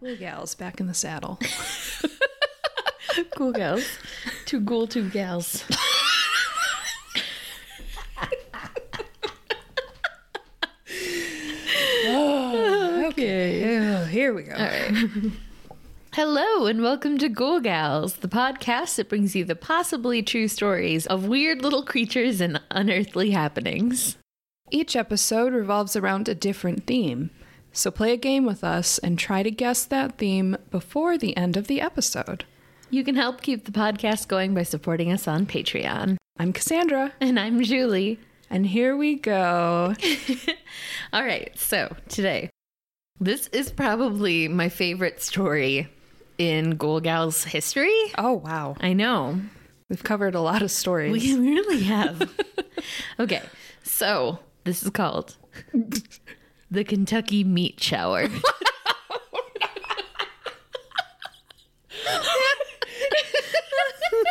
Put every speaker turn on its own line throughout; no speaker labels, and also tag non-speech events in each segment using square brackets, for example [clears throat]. Cool gals back in the saddle.
cool gals. Two cool two gals. okay.
Oh, here we go.
Hello and welcome to Ghoul Gals, the podcast that brings you the possibly true stories of weird little creatures and unearthly happenings.
Each episode revolves around a different theme. So play a game with us and try to guess that theme before the end of the episode.
You can help keep the podcast going by supporting us on Patreon.
I'm Cassandra,
And I'm Julie.
and here we go.
All right, so today, this is probably my favorite story in Ghoul Gals history.
[laughs] Oh, wow.
I know.
We've covered a lot of stories.
We [laughs] really have. okay, so this is [laughs] called the Kentucky Meat [laughs] Shower.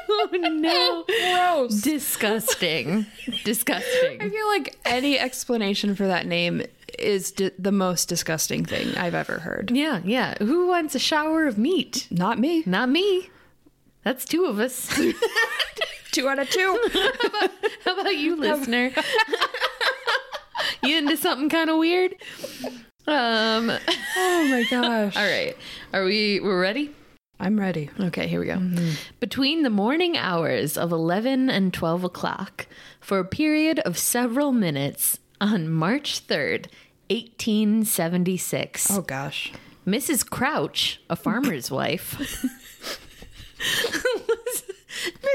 oh no.
Gross.
[laughs] Disgusting.
I
Disgusting.
feel like any explanation for that name is di- the most disgusting thing I've ever heard.
Yeah, yeah. Who wants a shower of meat?
Not me.
Not me. That's two of [laughs] us.
Two out of two.
How about you, [laughs] listener? you into something kind of weird? Um.
[laughs] oh my gosh.
All right. Are we? We're ready.
I'm ready.
Okay, here we go. Between the morning hours of 11 and 12 o'clock, for a period of several minutes on March 3rd, 1876,
Oh gosh.
Mrs. Crouch, a farmer's wife.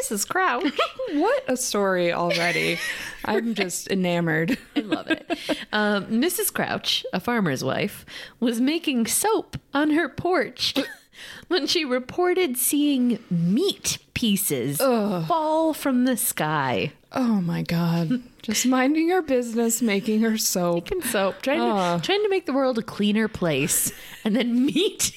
Mrs. [laughs] Crouch.
What a story already. I'm just enamored.
I love it. Um, Mrs. Crouch, a farmer's wife, was making soap on her porch [laughs] when she reported seeing meat pieces fall from the sky.
Oh my god. Just minding her business, making her soap.
Fucking soap, trying to trying to make the world a cleaner place, and then meat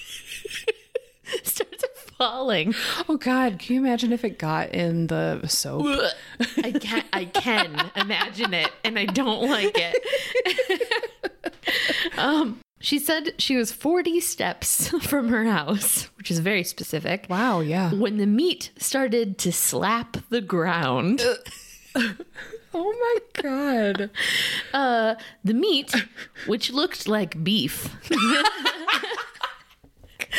[laughs] starts falling.
Oh god, can you imagine if it got in the soap?
[laughs] I can I can imagine it, and I don't like it. [laughs] um, she said she was forty steps [laughs] from her house, which is very specific.
Wow, yeah.
When the meat started to slap the ground,
Oh my god.
uh, the meat, which looked like beef, [laughs]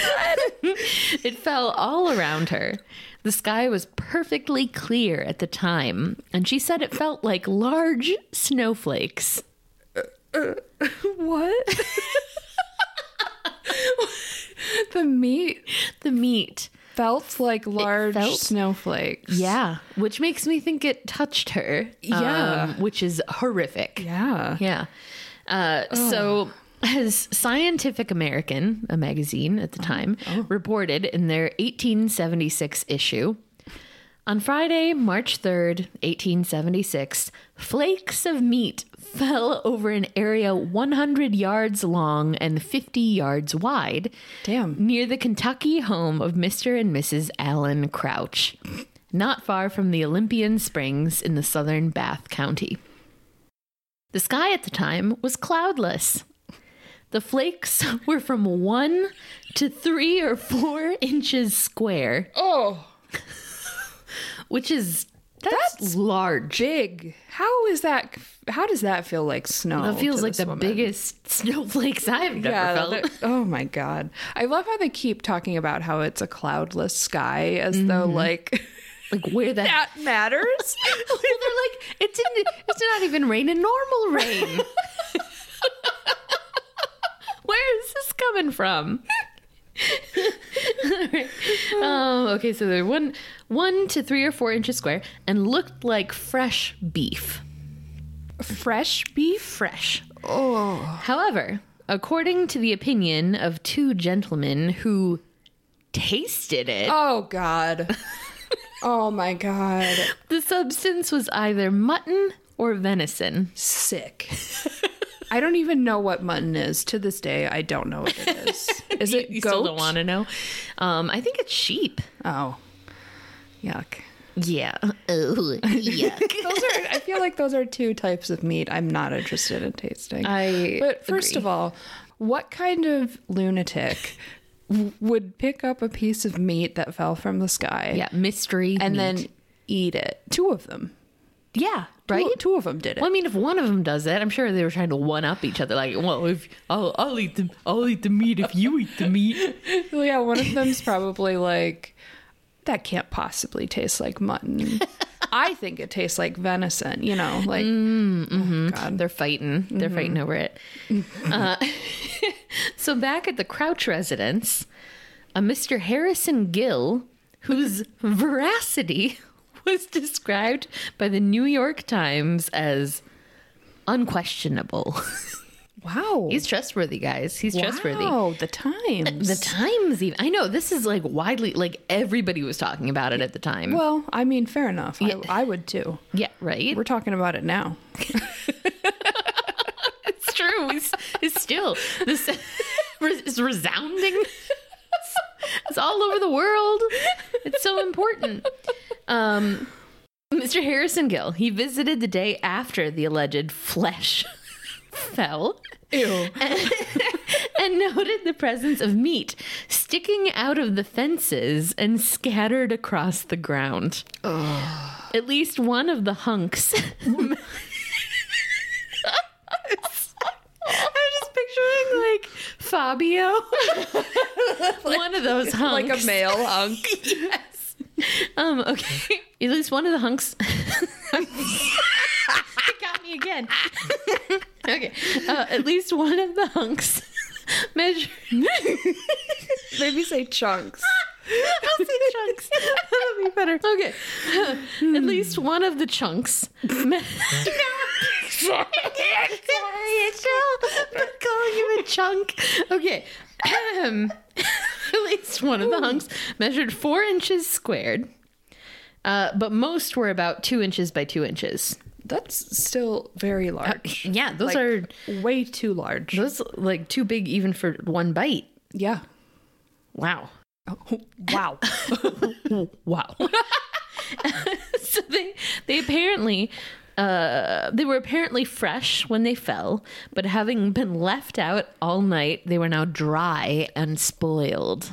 it fell all around her. The sky was perfectly clear at the time, and she said it felt like large snowflakes.
What? the meat
The meat.
felt like large
felt-
snowflakes.
Yeah. Which makes me think it touched her.
Yeah.
um, which is horrific.
Yeah. Oh.
Yeah. Uh, so, as Scientific American, a magazine at the
Oh.
time, reported in their 1876 issue, on Friday, March 3rd, 1876, flakes of meat fell over an area 100 yards long and 50 yards wide
Damn.
near the Kentucky home of Mr. and Mrs. Allen Crouch, not far from the Olympian Springs in the southern Bath County. The sky at the time was cloudless. The flakes [laughs] were from one to three or four [laughs] inches square,
Oh,
which is that's, large.
big. How is that how does that feel like snow?
That feels
to
like
this
the
woman?
biggest [laughs] snowflakes I've never
Yeah.
felt.
that- Oh my god. I love how they keep talking about how it's a cloudless sky as though
Mm-hmm.
like [laughs]
Like where the
that
[laughs]
matters.
well, they're like, it didn't. It's not even rain in normal rain. Where is this coming from? um, okay, so they're one, one to three or four inches square, and looked like fresh beef.
Fresh beef?
Fresh.
Oh.
However, according to the opinion of two gentlemen who tasted it,
Oh god. oh my god.
the substance was either mutton or venison.
Sick. I don't even know what mutton is. To this day, I don't know what it
[laughs]
is. Is it
You
goat?
still don't want to know? Um, I think it's sheep.
oh. Yuck.
Yeah. Oh,
[laughs]
yuck.
Those are I feel like those are two types of meat I'm not interested in tasting.
I
But first
agree.
of all, what kind of lunatic w- would pick up a piece of meat that fell from the sky
[laughs] Yeah, mystery.
and then
meat.
eat it. Two of them.
yeah,
Two-
right.
Two, of them did it.
Well, I mean, if one of them does that, I'm sure they were trying to one up each other. Like, well, if I'll, I'll eat the I'll eat the meat if you eat the meat.
Well, yeah, one of [laughs] them's probably like, that can't possibly taste like [laughs] mutton. I think it tastes like venison, you know, like, oh, God.
They're fighting. They're
Mm-hmm.
fighting over it. Uh, [laughs] so back at the Crouch residence, a Mr. Harrison Gill, whose veracity [laughs] was described by the New York Times as unquestionable. [laughs]
Wow.
He's trustworthy, guys. He's trustworthy.
Wow, the times.
The Times, even I know this is like widely, like everybody was talking about it at the time.
well, I mean, fair enough. I, I would too.
yeah, right.
We're talking about it now.
It's true. It's, it's still [laughs] this is resounding. It's, it's all over the world. It's so important. Um, Mr. Harrison Gill. He visited the day after the alleged flesh [laughs] fell. [laughs]
Ew.
and noted the presence of meat sticking out of the fences and scattered across the ground. At least one of the hunks. [laughs] I'm just picturing like Fabio, [laughs] one of those hunks,
like a male hunk.
[laughs] Yes. Um. Okay. At least one of the hunks. [laughs] it got me again. [laughs] okay. Uh, at least one of the hunks [laughs] measured.
Maybe say chunks.
[laughs] I'll say [laughs] chunks. Hmm. That'll be better. Okay. At least one of the [laughs] chunks. me- Sorry, Rachel, but calling him a chunk. Okay. [laughs] At least one of the hunks measured four inches squared, uh, but most were about two inches by two inches.
That's still very large.
Yeah, those
Like,
are
way too large.
those like too big even for one bite.
Yeah.
Wow. [laughs]
Oh, wow.
Wow. so they they apparently uh, they were apparently fresh when they fell, but having been left out all night, they were now dry and spoiled.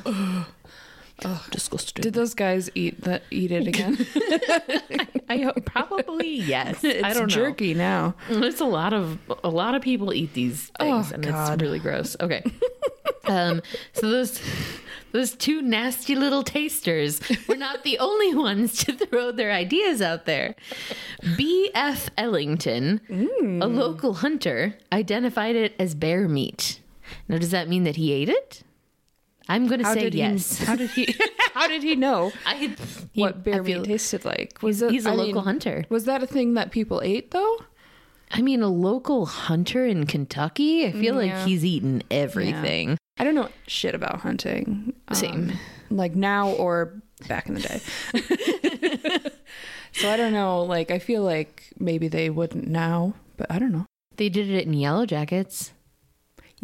[laughs]
Disgusting.
Did those guys eat the eat it again?
[laughs] I hope probably yes. I don't know.
jerky now.
There's a lot of a lot of people eat these things,
Oh,
and
God.
it's really gross.
[laughs]
Okay, um, so those those two nasty little tasters were not the only ones to throw their ideas out there. B. F. Ellington, a
Mm.
local hunter, identified it as bear meat. Now, does that mean that he ate it? I'm going to say
did he-
yes.
how did
[laughs]
he? [laughs] How did he know
I,
what bear
I feel-
meat tasted like? Was it?
He's a
I
local
mean,
hunter.
Was that a thing that people ate though?
I mean, a local hunter in Kentucky. I feel
yeah.
like he's eaten everything.
I don't know shit about hunting. um,
Same.
like now or back in the day.
[laughs]
[laughs] so I don't know. Like I feel like maybe they wouldn't now, but I don't know.
They did it in Yellow Jackets.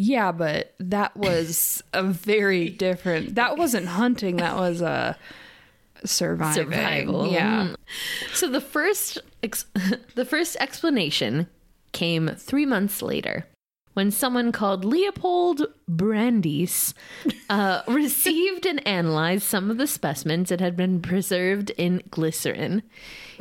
Yeah, but that was a very different. That wasn't hunting. That was a surviving. Yeah. Mm.
Yeah. [laughs] So the first ex- [laughs] the first explanation came 3 months later when someone called Leopold Brandeis uh, received and analyzed some of the specimens that had been preserved in glycerin.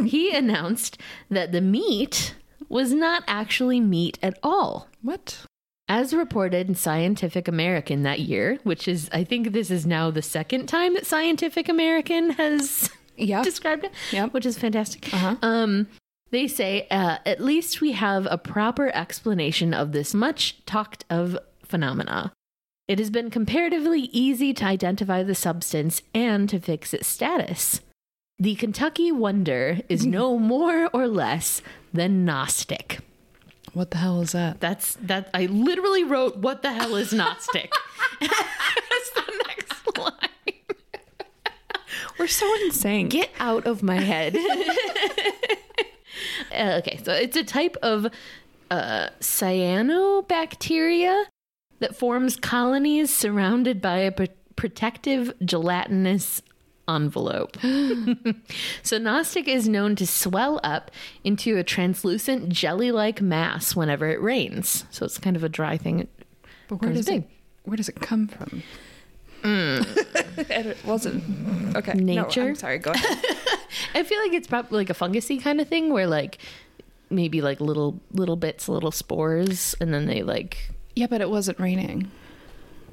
He announced that the meat was not actually meat at all.
What?
As reported in Scientific American that year, which is, I think this is now the second time that Scientific American has [laughs]
Yeah.
described it,
Yep.
which is fantastic.
Uh-huh.
Um, they say, uh, at least we have a proper explanation of this much talked of phenomena. It has been comparatively easy to identify the substance and to fix its status. The Kentucky wonder
[laughs]
is no more or less than Gnostic.
What the hell is that?
That's that. I literally wrote, "What the hell is Gnostic?" [laughs] That's the next line.
We're so insane.
Get out of my head. [laughs] Uh, okay, so it's a type of uh, cyanobacteria that forms colonies surrounded by a pr- protective gelatinous envelope. [laughs] so Gnostic is known to swell up into a translucent jelly-like mass whenever it rains. So it's kind of a dry thing.
but where
Comes
does it,
big.
where does it come from? and [laughs] it wasn't. Okay. No,
Nature?
I'm sorry. Go ahead.
I feel like it's probably like a fungusy kind of thing where like maybe like little little bits, little spores, and then they like
[laughs] yeah, but it wasn't raining.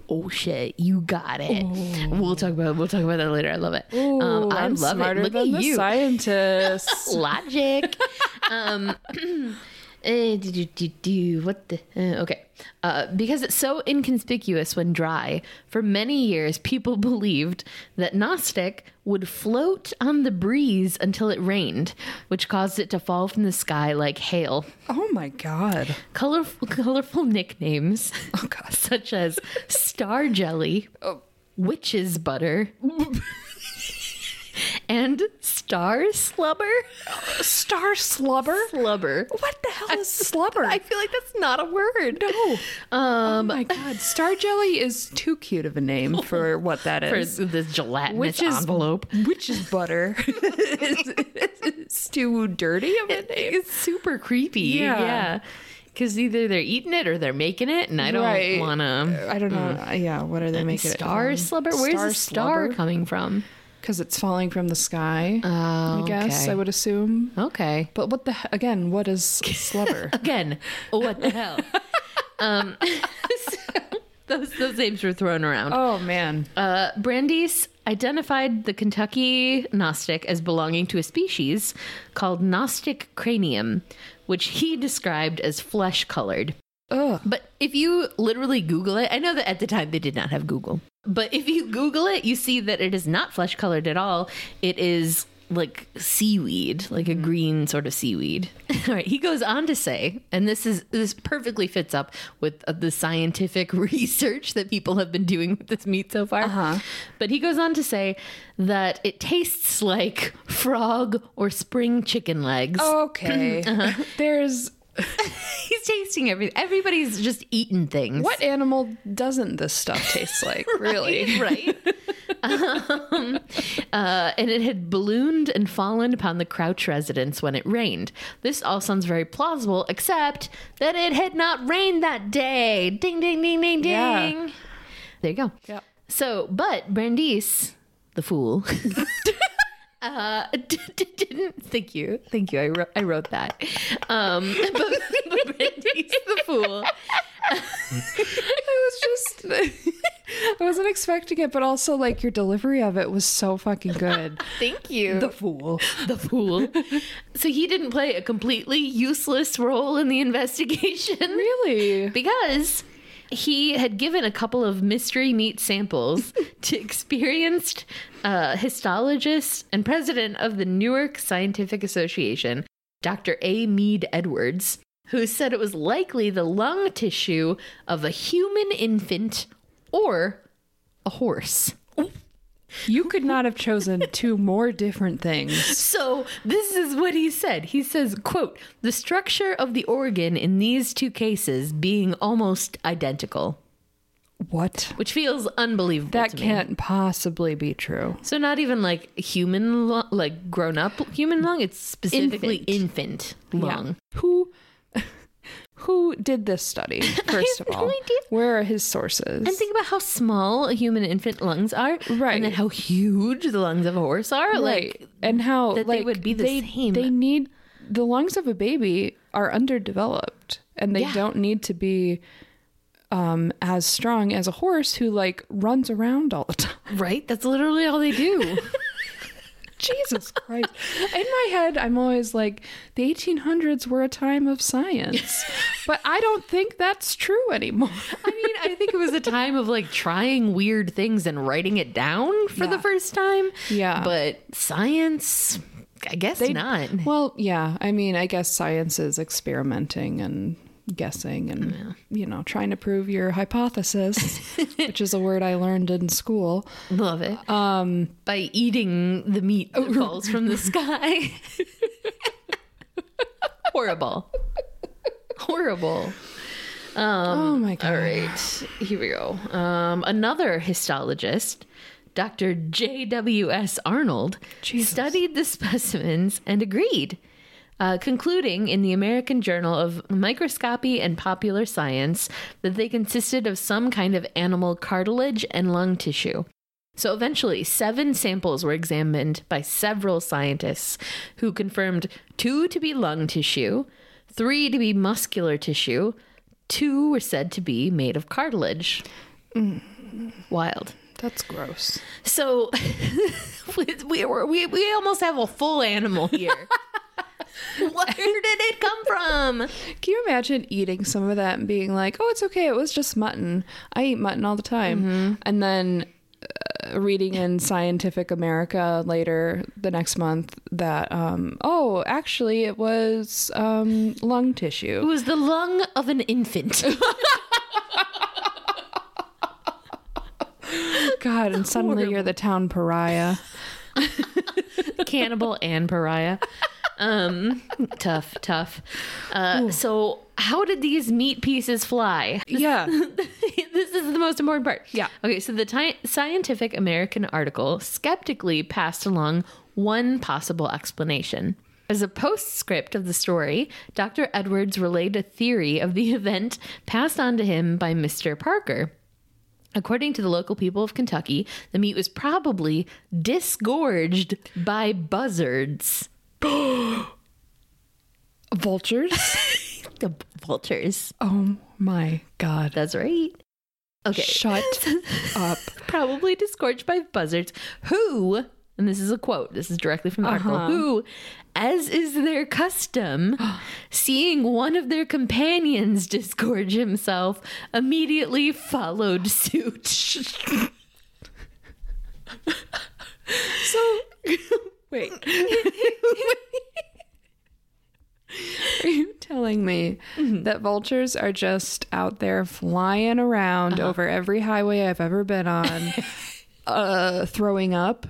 oh shit, you got it. We'll talk about we'll talk about that later. I love it. um, I
I'm
love
smarter
it. Look
than
at
the
you.
[laughs] scientists.
Logic. [laughs] um [clears throat] eh, do, do, do, do, what the uh, okay uh, because it's so inconspicuous when dry for many years people [laughs] believed that gnostic would float on the breeze until it rained which caused it to fall from the sky like hail
oh my god.
colorful, colorful nicknames [laughs]
Oh god.
such as star jelly, witch's butter, and star slubber.
Star slubber.
Slubber.
What the hell is slubber?
I feel like that's not a word.
no.
Um,
oh my god. Star jelly is too cute of a name
[laughs]
for what that
for
is.
the gelatinous
Which is
envelope.
Which is
[laughs]
butter. it's, it's too dirty of a name.
It's super creepy.
Yeah.
Because either they're eating it or they're making it, and I don't
Right.
want to.
I don't know. Uh, Yeah, what are they making
mm. Star
it?
slubber? Where's the star coming from?
Because it's falling from the sky.
Oh,
I guess I would assume.
Okay.
But what the he- again? What
[laughs]
is slubber?
Again, what the [laughs] hell? um, [laughs] so those those names were thrown around.
oh
[laughs]
man,
Uh, Brandis identified the Kentucky Gnostic as belonging to a species called Gnostic cranium, which he described as flesh colored.
ugh,
But if you literally Google it, I know that at the time they did not have Google. But if you Google it, you see that it is not flesh colored at all. It is like seaweed, like a green sort of seaweed. [laughs] all right. He goes on to say, and this is this perfectly fits up with uh, the scientific [laughs] research that people have been doing with this meat so far. But he goes on to say that it tastes like frog or spring chicken legs.
Oh. okay. There's
[laughs] He's tasting everything. Everybody's just eating things.
what animal doesn't this stuff taste
[laughs]
like? Really?
right? [laughs] um, uh, and it had ballooned and fallen upon the Crouch residence when it rained. This all sounds very plausible, except that it had not rained that day. Ding, ding, ding, ding, ding.
Yeah.
There you go.
Yeah.
So, but Brandis, the fool, [laughs] uh, [laughs] d- d- didn't. Thank you, thank you. I wrote, I wrote that. Um, [laughs] but, but Brandis, the fool.
I was just. [laughs] I wasn't expecting it, but also like your delivery of it was so fucking [laughs] good.
Thank you.
fool.
the fool. so he didn't play a completely useless role in the investigation
Really?
because he had given a couple of mystery meat samples to experienced uh, histologist and president of the Newark Scientific Association, Dr. A. Mead Edwards, who said it was likely the lung tissue of a human infant or a horse.
[laughs] You could not have chosen two more different things.
So this is what he said. He says, quote, the structure of the organ in these two cases being almost identical,
What?
which feels unbelievable.
That
to me.
can't possibly be true.
So not even like human, lung, like grown up human lung. It's specifically infant, lung.
Who [laughs] who did this [laughs] study, first
have
of all?
no idea.
Where are his sources?
And think about how small human infant lungs are,
Right.
And then how huge the lungs of a horse are.
right.
Like
and how
that they
like,
would be the
they,
same.
They need the lungs of a baby are underdeveloped and they
Yeah.
don't need to be um as strong as a horse who like runs around all the [laughs] time.
right, that's literally all
[laughs]
they do.
Jesus Christ. In my head, I'm always like, the 1800s were a time of
[laughs]
science. but I don't think that's true anymore.
I mean, I think it was a time of like trying weird things and writing it down for the
Yeah.
first time.
Yeah.
But science, I guess not.
Well, yeah. I mean, I guess science is experimenting and guessing and, you know, trying to prove your hypothesis, which is a word I learned in school.
Love it.
Uh,
Um, By eating the meat that
Oh,
falls from the sky. [laughs] Horrible. Horrible.
oh my God.
All right, here we go. Um, another histologist, Dr. J.W.S. Arnold,
Jesus.
studied the specimens and agreed uh, concluding in the American Journal of Microscopy and Popular Science that they consisted of some kind of animal cartilage and lung tissue. So eventually, seven samples were examined by several scientists who confirmed two to be lung tissue, three to be muscular tissue, two were said to be made of cartilage. Wild.
That's gross.
So [laughs] we, we, were- we, we almost have a full animal [laughs] here. Where did it come from?
Can you imagine eating some of that and being like, "Oh, it's okay. It was just mutton. I eat mutton all the time." And then uh, reading in Scientific America later the next month that, um, "Oh, actually, it was um, lung
It
tissue."
was the lung of an infant.
God! [laughs] And suddenly you're the town [laughs] pariah.
Cannibal and pariah. Um, tough, tough. Uh, so, how did these meat pieces fly?
Yeah.
[laughs] this is the most important part.
Yeah.
Okay, so the ti- Scientific American article skeptically passed along one possible explanation. As a postscript of the story, Dr. Edwards relayed a theory of the [laughs] event passed on to him by Mr. Parker. According to the local people of Kentucky, the meat was probably disgorged by buzzards.
Vultures.
The vultures.
Oh my God.
That's right.
[laughs]
Okay.
Shut up.
probably disgorged by buzzards who and this is a quote this is directly from the
Uh-huh.
article who as is their
[gasps]
custom seeing one of their companions disgorge himself immediately followed suit [laughs]
So [laughs] wait. Are you telling me that vultures are just out there flying around over every highway I've ever been on, [laughs] uh, throwing up?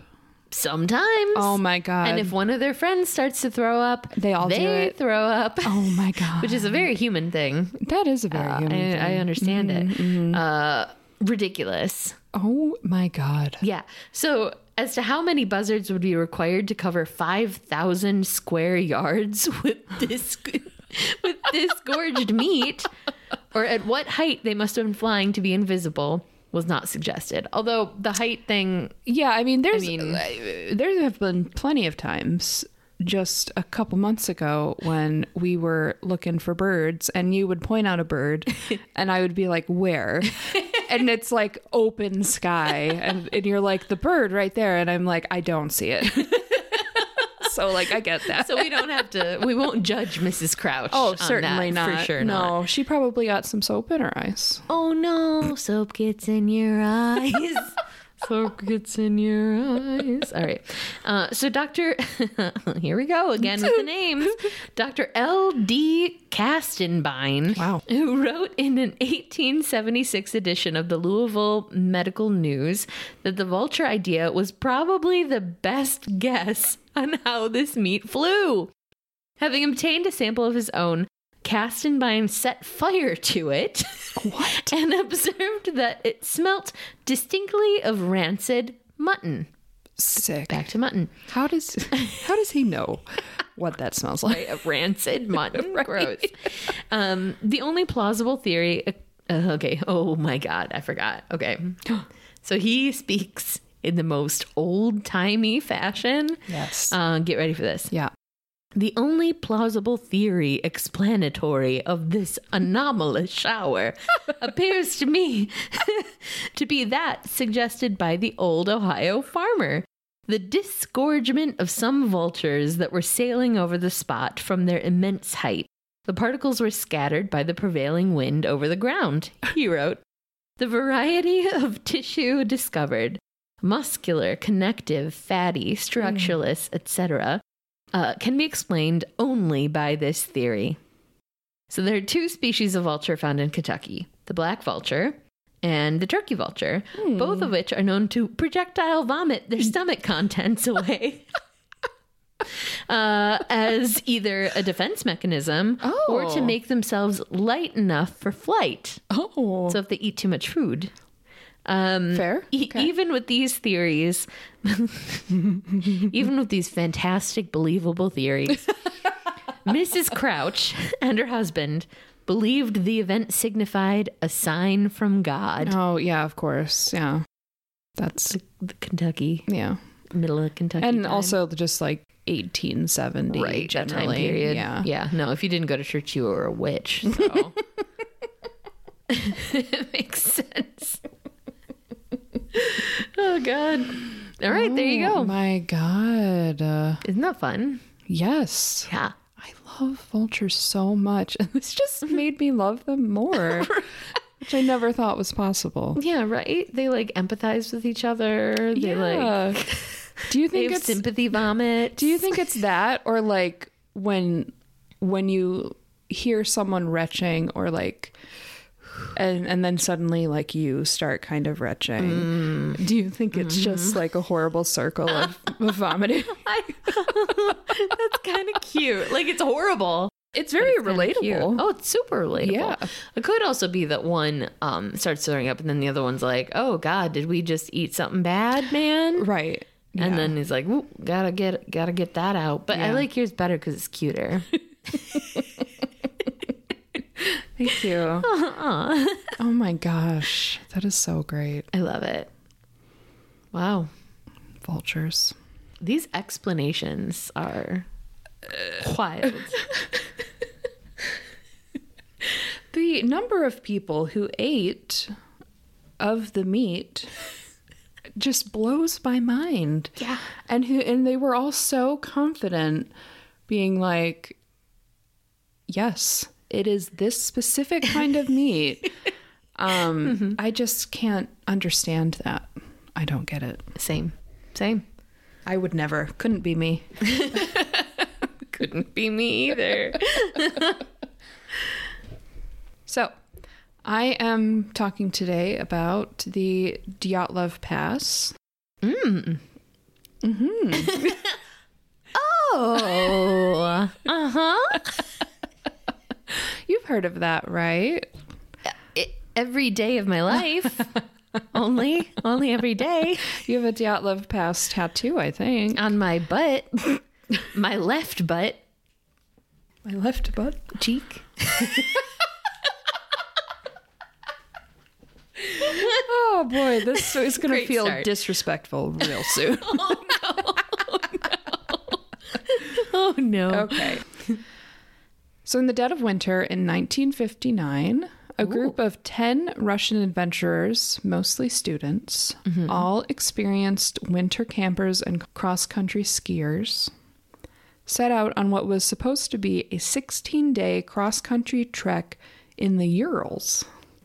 sometimes
Oh my god!
and if one of their friends starts to throw up
They all do
they
it. [laughs]
throw up
oh my god,
which is a very human thing
that is a very
Uh,
human. thing. Mm-hmm.
I, I understand it uh ridiculous
oh my god!
Yeah. So, as to how many buzzards would be required to cover 5,000 square yards [laughs] with this with disgorged meat or at what height they must have been flying to be invisible was not suggested. Although the height thing
Yeah, I mean, there's
mean-
uh, there have been plenty of times. Just a couple months ago, when we were looking for birds, and you would point out a [laughs] bird, and I would be like, [laughs] "Where?" and it's like open sky, and, and you're like, "The bird right there," and I'm like, "I don't see it." [laughs] so, like, I get that.
so we don't have to [laughs] we won't judge Mrs. Crouch.
oh,
on that,
certainly not.
For sure
no,
not.
she probably got some soap in her eyes.
Oh no, soap gets in your eyes. [laughs] soap gets in your eyes. All right. Uh, so, Dr. [laughs] here we go again [laughs] with the names. Dr. L.D. Castenbein,
Wow.
who wrote in an 1876 edition of the Louisville Medical News that the vulture idea was probably the best guess on how this meat flew. Having obtained a sample of his own, Castenbein set fire to it [laughs] and observed that it smelt distinctly of rancid mutton.
Sick.
Back to mutton.
How [laughs] does how does he know what that smells like?
Right, of rancid mutton. Gross. Um, the only plausible theory. Uh, okay. Oh my God. I forgot. Okay. So he speaks in the most old timey fashion.
Yes.
Uh, get ready for this.
yeah.
The only plausible theory explanatory of this anomalous shower appears to me [laughs] to be that suggested by the old Ohio farmer. The disgorgement of some vultures that were sailing over the spot from their immense height. The particles were scattered by the prevailing wind over the ground, he wrote. The variety [laughs] of tissue discovered muscular, connective, fatty, structureless, etc. Uh, can be explained only by this theory. So there are two species of vulture found in Kentucky the black vulture and the turkey vulture, both of which are known to projectile vomit their stomach contents away. Uh, as either a defense mechanism or to
Oh.
make themselves light enough for flight.
Oh.
So if they eat too much food. Um,
Fair.
e-
Okay.
even with these theories, [laughs]
[laughs]
even with these fantastic, believable theories, Mrs. Crouch and her husband believed the
[laughs]
event signified a sign from God.
Oh, yeah, of course. Yeah. That's,
The Kentucky,
yeah.
middle of Kentucky.
And
time.
also just like 1870
right, that
generally.
time period.
Yeah.
Yeah. No, if you didn't go to church, you were a witch. [laughs] So it makes sense. oh, God. All right. There you
Oh
go.
my God. Uh,
Isn't that fun?
yes.
Yeah.
I love vultures so much. [laughs] And this
[laughs]
just made me love them more, which I never thought was possible.
Yeah, right? They like empathize with each other. They like. [laughs]
Yeah. do you
They
think
have
it's
sympathy vomit.
do you think it's that or like when when you hear someone retching or like and and then suddenly like you start kind of retching. Do you think it's just like a horrible circle [laughs] of, of vomiting?
[laughs] That's kind of cute. Like it's horrible.
It's very
Kinda cute.
relatable.
Oh, it's super relatable.
Yeah.
It could also be that one um, starts throwing up and then the other one's like, oh, God, did we just eat something bad, man?
Right.
And
Yeah.
then he's like, Woo, gotta get gotta get that out. But I
Yeah.
like yours better because it's cuter.
Thank [laughs] you.
Aw.
Oh my gosh. That is so great.
I love it. Wow.
Vultures.
These explanations are wild.
The number of people who ate of the [laughs] meat just blows my mind.
Yeah.
And who and they were all so confident being like yes, it is this specific kind of [laughs] meat. Um I just can't understand that. I don't get it.
Same. Same.
I would never. Couldn't be me.
Couldn't be me either.
So, I am talking today about the Dyatlov Pass.
[laughs] oh. Uh-huh.
You've heard of that, right?
It, every day of my [laughs] life. only. Only every day.
You have a Dyatlov Pass tattoo, I think.
On my butt. my left butt
My left butt.
cheek.
Oh boy, this is going to
[laughs] Great
feel
start.
disrespectful real soon.
Oh no.
okay. So, in the dead of winter in 1959, a group of 10 Russian adventurers, mostly students, all experienced winter campers and cross country skiers, set out on what was supposed to be a 16 day cross country trek in the Urals.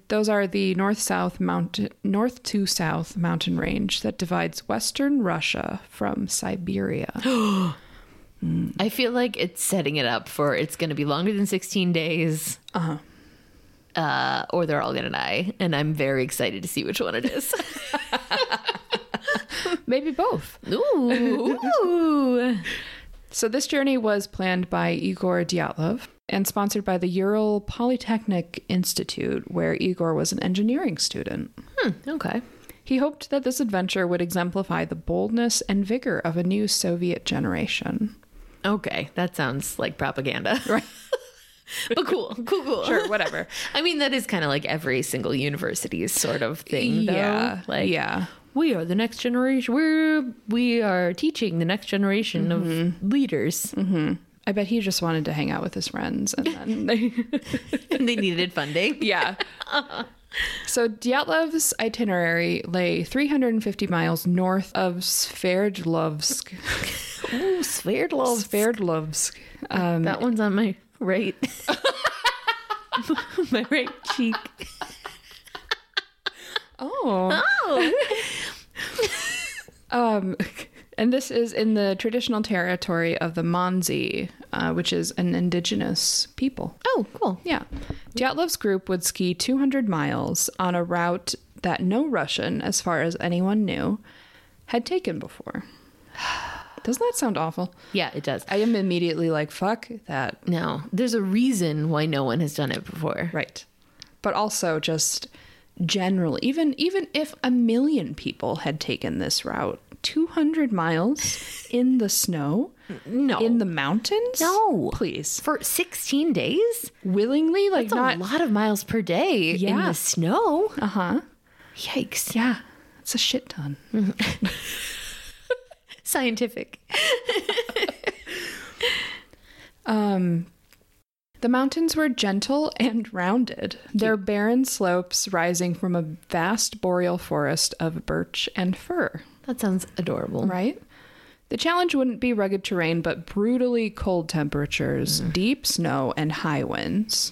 Those are the north south mountain north to south mountain range that divides western Russia from Siberia.
I feel like it's setting it up for it's going to be longer than 16 days. Uh-huh. Uh, or they're all going to die. And I'm very excited to see which one it is.
Maybe both.
Ooh. [laughs] Ooh.
So this journey was planned by Igor Dyatlov and sponsored by the Ural Polytechnic Institute, where Igor was an engineering student.
Hmm, okay.
He hoped that this adventure would exemplify the boldness and vigor of a new Soviet generation.
Okay. That sounds like propaganda. Right. [laughs] but cool. Cool, cool. [laughs]
Sure, whatever.
I mean, that is kind of like every single university's sort of thing, though.
yeah,
Like,
yeah,
we are the next generation. We're, we are teaching the next generation of leaders.
I bet he just wanted to hang out with his friends, and then they,
[laughs] and they needed funding.
yeah. So Dyatlov's itinerary lay 350 miles north of Sverdlovsk.
[laughs] Ooh, Sverdlovsk.
Sverdlovsk. Um,
That one's on my right. [laughs] my right cheek.
oh.
Oh.
Um, [laughs] and this is in the traditional territory of the Manzi, uh, which is an indigenous people.
Oh, cool.
Yeah. Dyatlov's group would ski 200 miles on a route that no Russian, as far as anyone knew, had taken before. [sighs] Doesn't that sound awful?
Yeah, it does.
I am immediately like, fuck that.
Now, there's a reason why no one has done it before.
Right. But also just general, even even if a million people had taken this route, 200 miles in the snow,
No.
in the mountains?
No.
Please.
for 16 days?
Willingly? Like,
It's
not.
a lot of miles per day in
Yeah.
the snow.
Uh huh.
Yikes.
Yeah. It's a shit ton.
Scientific.
Um, the mountains were gentle and rounded, their barren slopes rising from a vast boreal forest of birch and fir,
That sounds adorable.
right? The challenge wouldn't be rugged terrain, but brutally cold temperatures, deep snow, and high winds.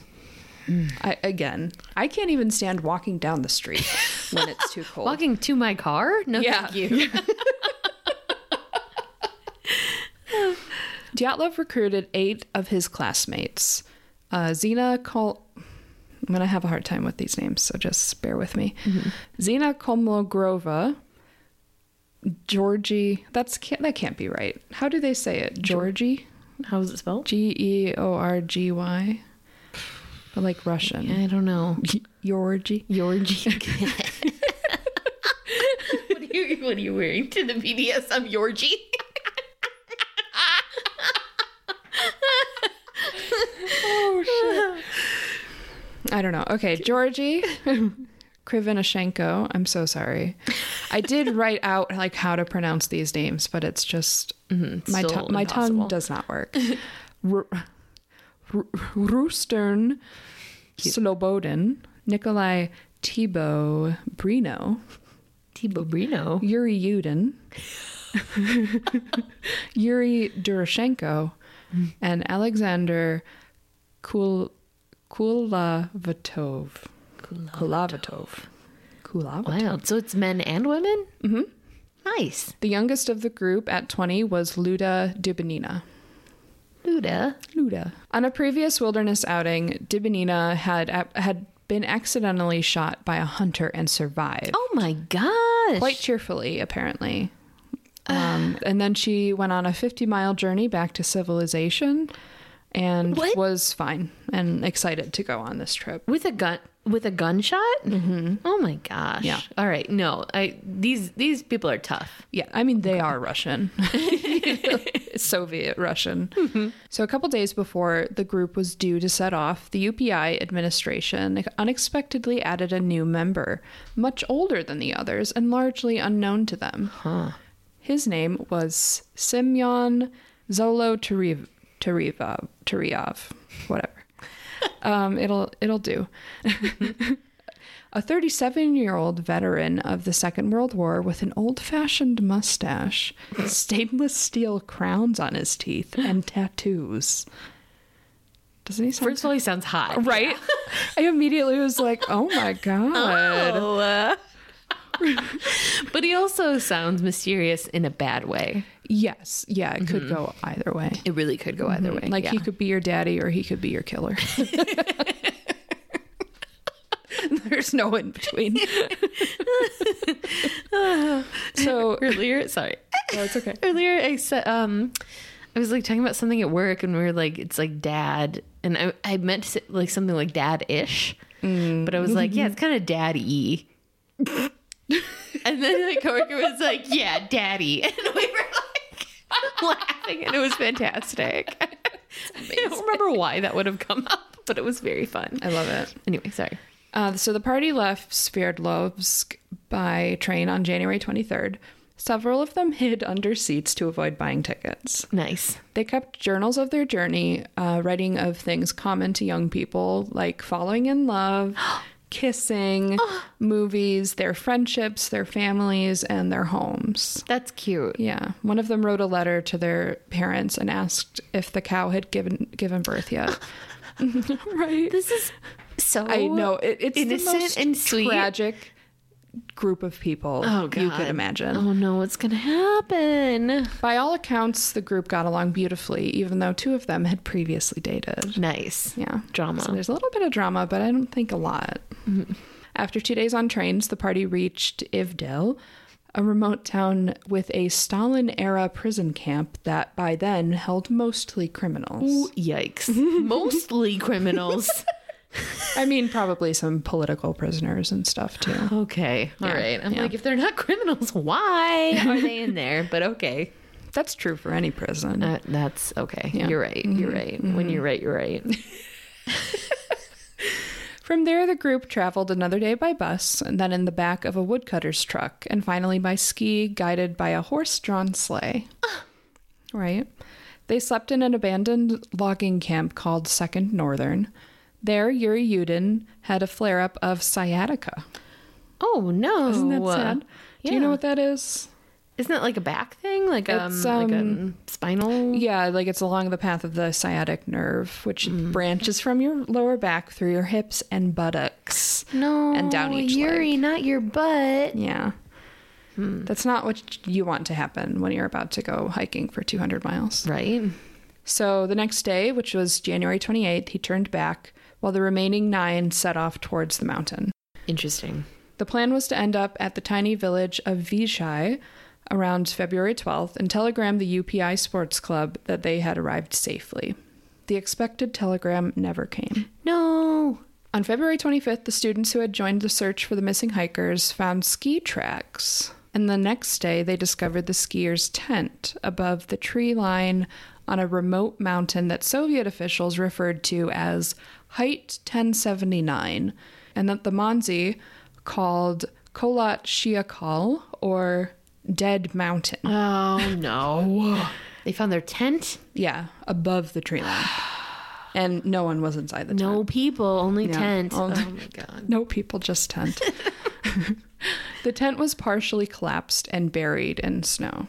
I, again, I can't even stand walking down the street when it's [laughs] too cold.
Walking to my car? No,
Yeah.
thank you.
Dyatlov recruited eight of his classmates. Uh, Zina Kol. I'm going to have a hard time with these names, so just bear with me. Zina Kolmogrova, Georgie. That's can't, that can't be right. How do they say it? Georgie,
How is it spelled?
G E O R G Y, but like Russian.
I don't know.
Georgie.
Georgie. what, are you, what are you wearing to the BDSM Georgie?
I don't know. Okay,
[laughs]
Georgie Krivinashenko. I'm so sorry. I
[laughs]
did write out like how to pronounce these names, but it's just mm-hmm, my
still
tongue. My tongue
impossible.
does not
[laughs]
work. Ru- Ru- Rustern Slobodin, Nikolai Thibaut Brino,
Tibo Brino.
Yuri Yudin, Yuri Durashenko, and Alexander Kul- Kulavatov. Kulavatov. Kulavatov.
Wow. So it's men and women? Mm-hmm. Nice.
The youngest of the group at 20 was Luda Dibinina.
Luda.
Luda. On a previous wilderness outing, Dibinina had had been accidentally shot by a hunter and survived.
Oh my gosh.
quite cheerfully, apparently. Um, and then she went on a 50 mile journey back to civilization and
What?
was fine and excited to go on this trip.
with a gun with a gunshot? Mm-hmm. Oh my gosh.
Yeah.
All right. No. I these these people are tough.
Yeah, I mean, they are Russian, [laughs] Soviet Russian. So, a couple days before the group was due to set off, the UPI administration unexpectedly added a new member, much older than the others and largely unknown to them. His name was Semyon Zolotarev, Tareva, Tarev, whatever. um, it'll it'll do. A 37-year-old veteran of the Second World War with an old-fashioned mustache, stainless steel crowns on his teeth, and tattoos. Doesn't he sound
First of all, he sounds hot.
right?
[laughs]
[laughs] I immediately was like, "Oh my god!"
Oh, uh, [laughs] but he also sounds mysterious in a bad way.
Yes, yeah, it could go either way.
It really could go either way.
Like
yeah.
he could be your daddy or he could be your [laughs] killer. There's no in [laughs] between. so
earlier. Sorry, [laughs]
no, it's okay.
earlier I said um, I was like talking about something at work, and we were like, it's like dad, and I I meant to say, like something like dad ish, but I was like, yeah, it's kind of daddy. [laughs] and then my coworker was like, yeah, daddy, [laughs] and we were like laughing, and it was fantastic. [laughs] I don't remember why that would have come up, but it was very fun.
I love it.
Anyway, sorry.
Uh, so the party left Sverdlovsk by train on January 23rd. Several of them hid under seats to avoid buying tickets.
Nice.
They kept journals of their journey, uh, writing of things common to young people like falling in
[gasps]
love, kissing, movies, their friendships, their families, and their homes.
That's cute.
Yeah, one of them wrote a letter to their parents and asked if the cow had given given birth
[laughs]
yet. right.
This is so.
I know it, it's
innocent
the most
and sweet.
tragic group of people
Oh, God.
you could imagine.
Oh no, what's gonna happen?
By all accounts, the group got along beautifully, even though two of them had previously dated.
Nice.
Yeah.
Drama.
So there's a little bit of drama, but I don't think a lot. After two days on trains, the party reached Ivdel, a remote town with a Stalin era prison camp that by then held mostly criminals.
[laughs] Yikes. Mostly criminals.
I mean, probably some political prisoners and stuff too.
[laughs] Okay. all
Yeah,
right. I'm
yeah.
like, if they're not criminals, [laughs] why are they in there? But okay.
That's true for any prison.
That, Uh, that's okay.
Yeah.
You're right. You're right. When you're right, you're right.
From there, the group traveled another day by bus, and then in the back of a woodcutter's truck, and finally by ski, guided by a horse drawn sleigh. right? They slept in an abandoned logging camp called Second Northern. There, Yuri Yudin had a flare up of sciatica.
[laughs] Oh no!
Isn't that sad? Do you
yeah.
know what that is?
Isn't that like a back thing? Like um,
It's,
like a
um,
spinal?
Yeah, like it's along the path of the sciatic nerve, which
Mm.
branches from your lower back through your hips and buttocks.
No.
and down each
Yuri,
leg.
not your butt.
Yeah. That's not what you want to happen when you're about to go hiking for 200 miles.
Right.
So the next day, which was January 28th, he turned back while the remaining nine set off towards the mountain.
Interesting.
The plan was to end up at the tiny village of Vishai around February 12th and telegram the UPI Sports Club that they had arrived safely. The expected telegram never came.
No.
On February 25th, the students who had joined the search for the missing hikers found ski tracks. And the next day, they discovered the skiers' tent above the tree line on a remote mountain that Soviet officials referred to as Height 1079, and that the Monzi called Kolat Shiakal or Dead Mountain.
Oh no. [laughs] they found their tent.
Yeah, above the tree line. And no one was inside the tent.
No people, only
Yeah.
tent.
Oh.
oh [laughs] my god.
No people, just tent. the tent was partially collapsed and buried in snow.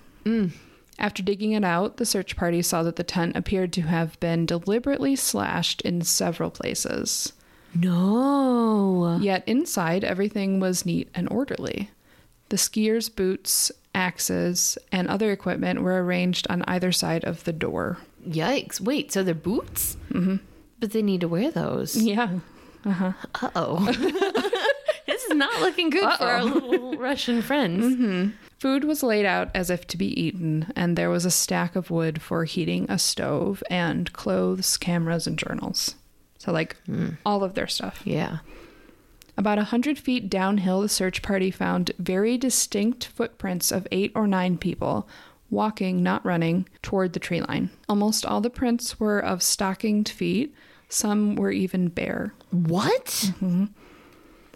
After digging it out, the search party saw that the tent appeared to have been deliberately slashed in several places.
No.
Yet inside, everything was neat and orderly. The skiers' boots, axes, and other equipment were arranged on either side of the door.
Yikes. Wait, so they're boots? Mm-hmm. But they need to wear those.
Yeah.
Uh oh. [laughs] this is not looking good for our little Russian friends.
Food was laid out as if to be eaten, and there was a stack of wood for heating a stove and clothes, cameras, and journals. So, like, all of their stuff.
Yeah.
About a hundred feet downhill, the search party found very distinct footprints of eight or nine people walking, not running, toward the tree line. Almost all the prints were of stockinged feet, some were even bare.
What?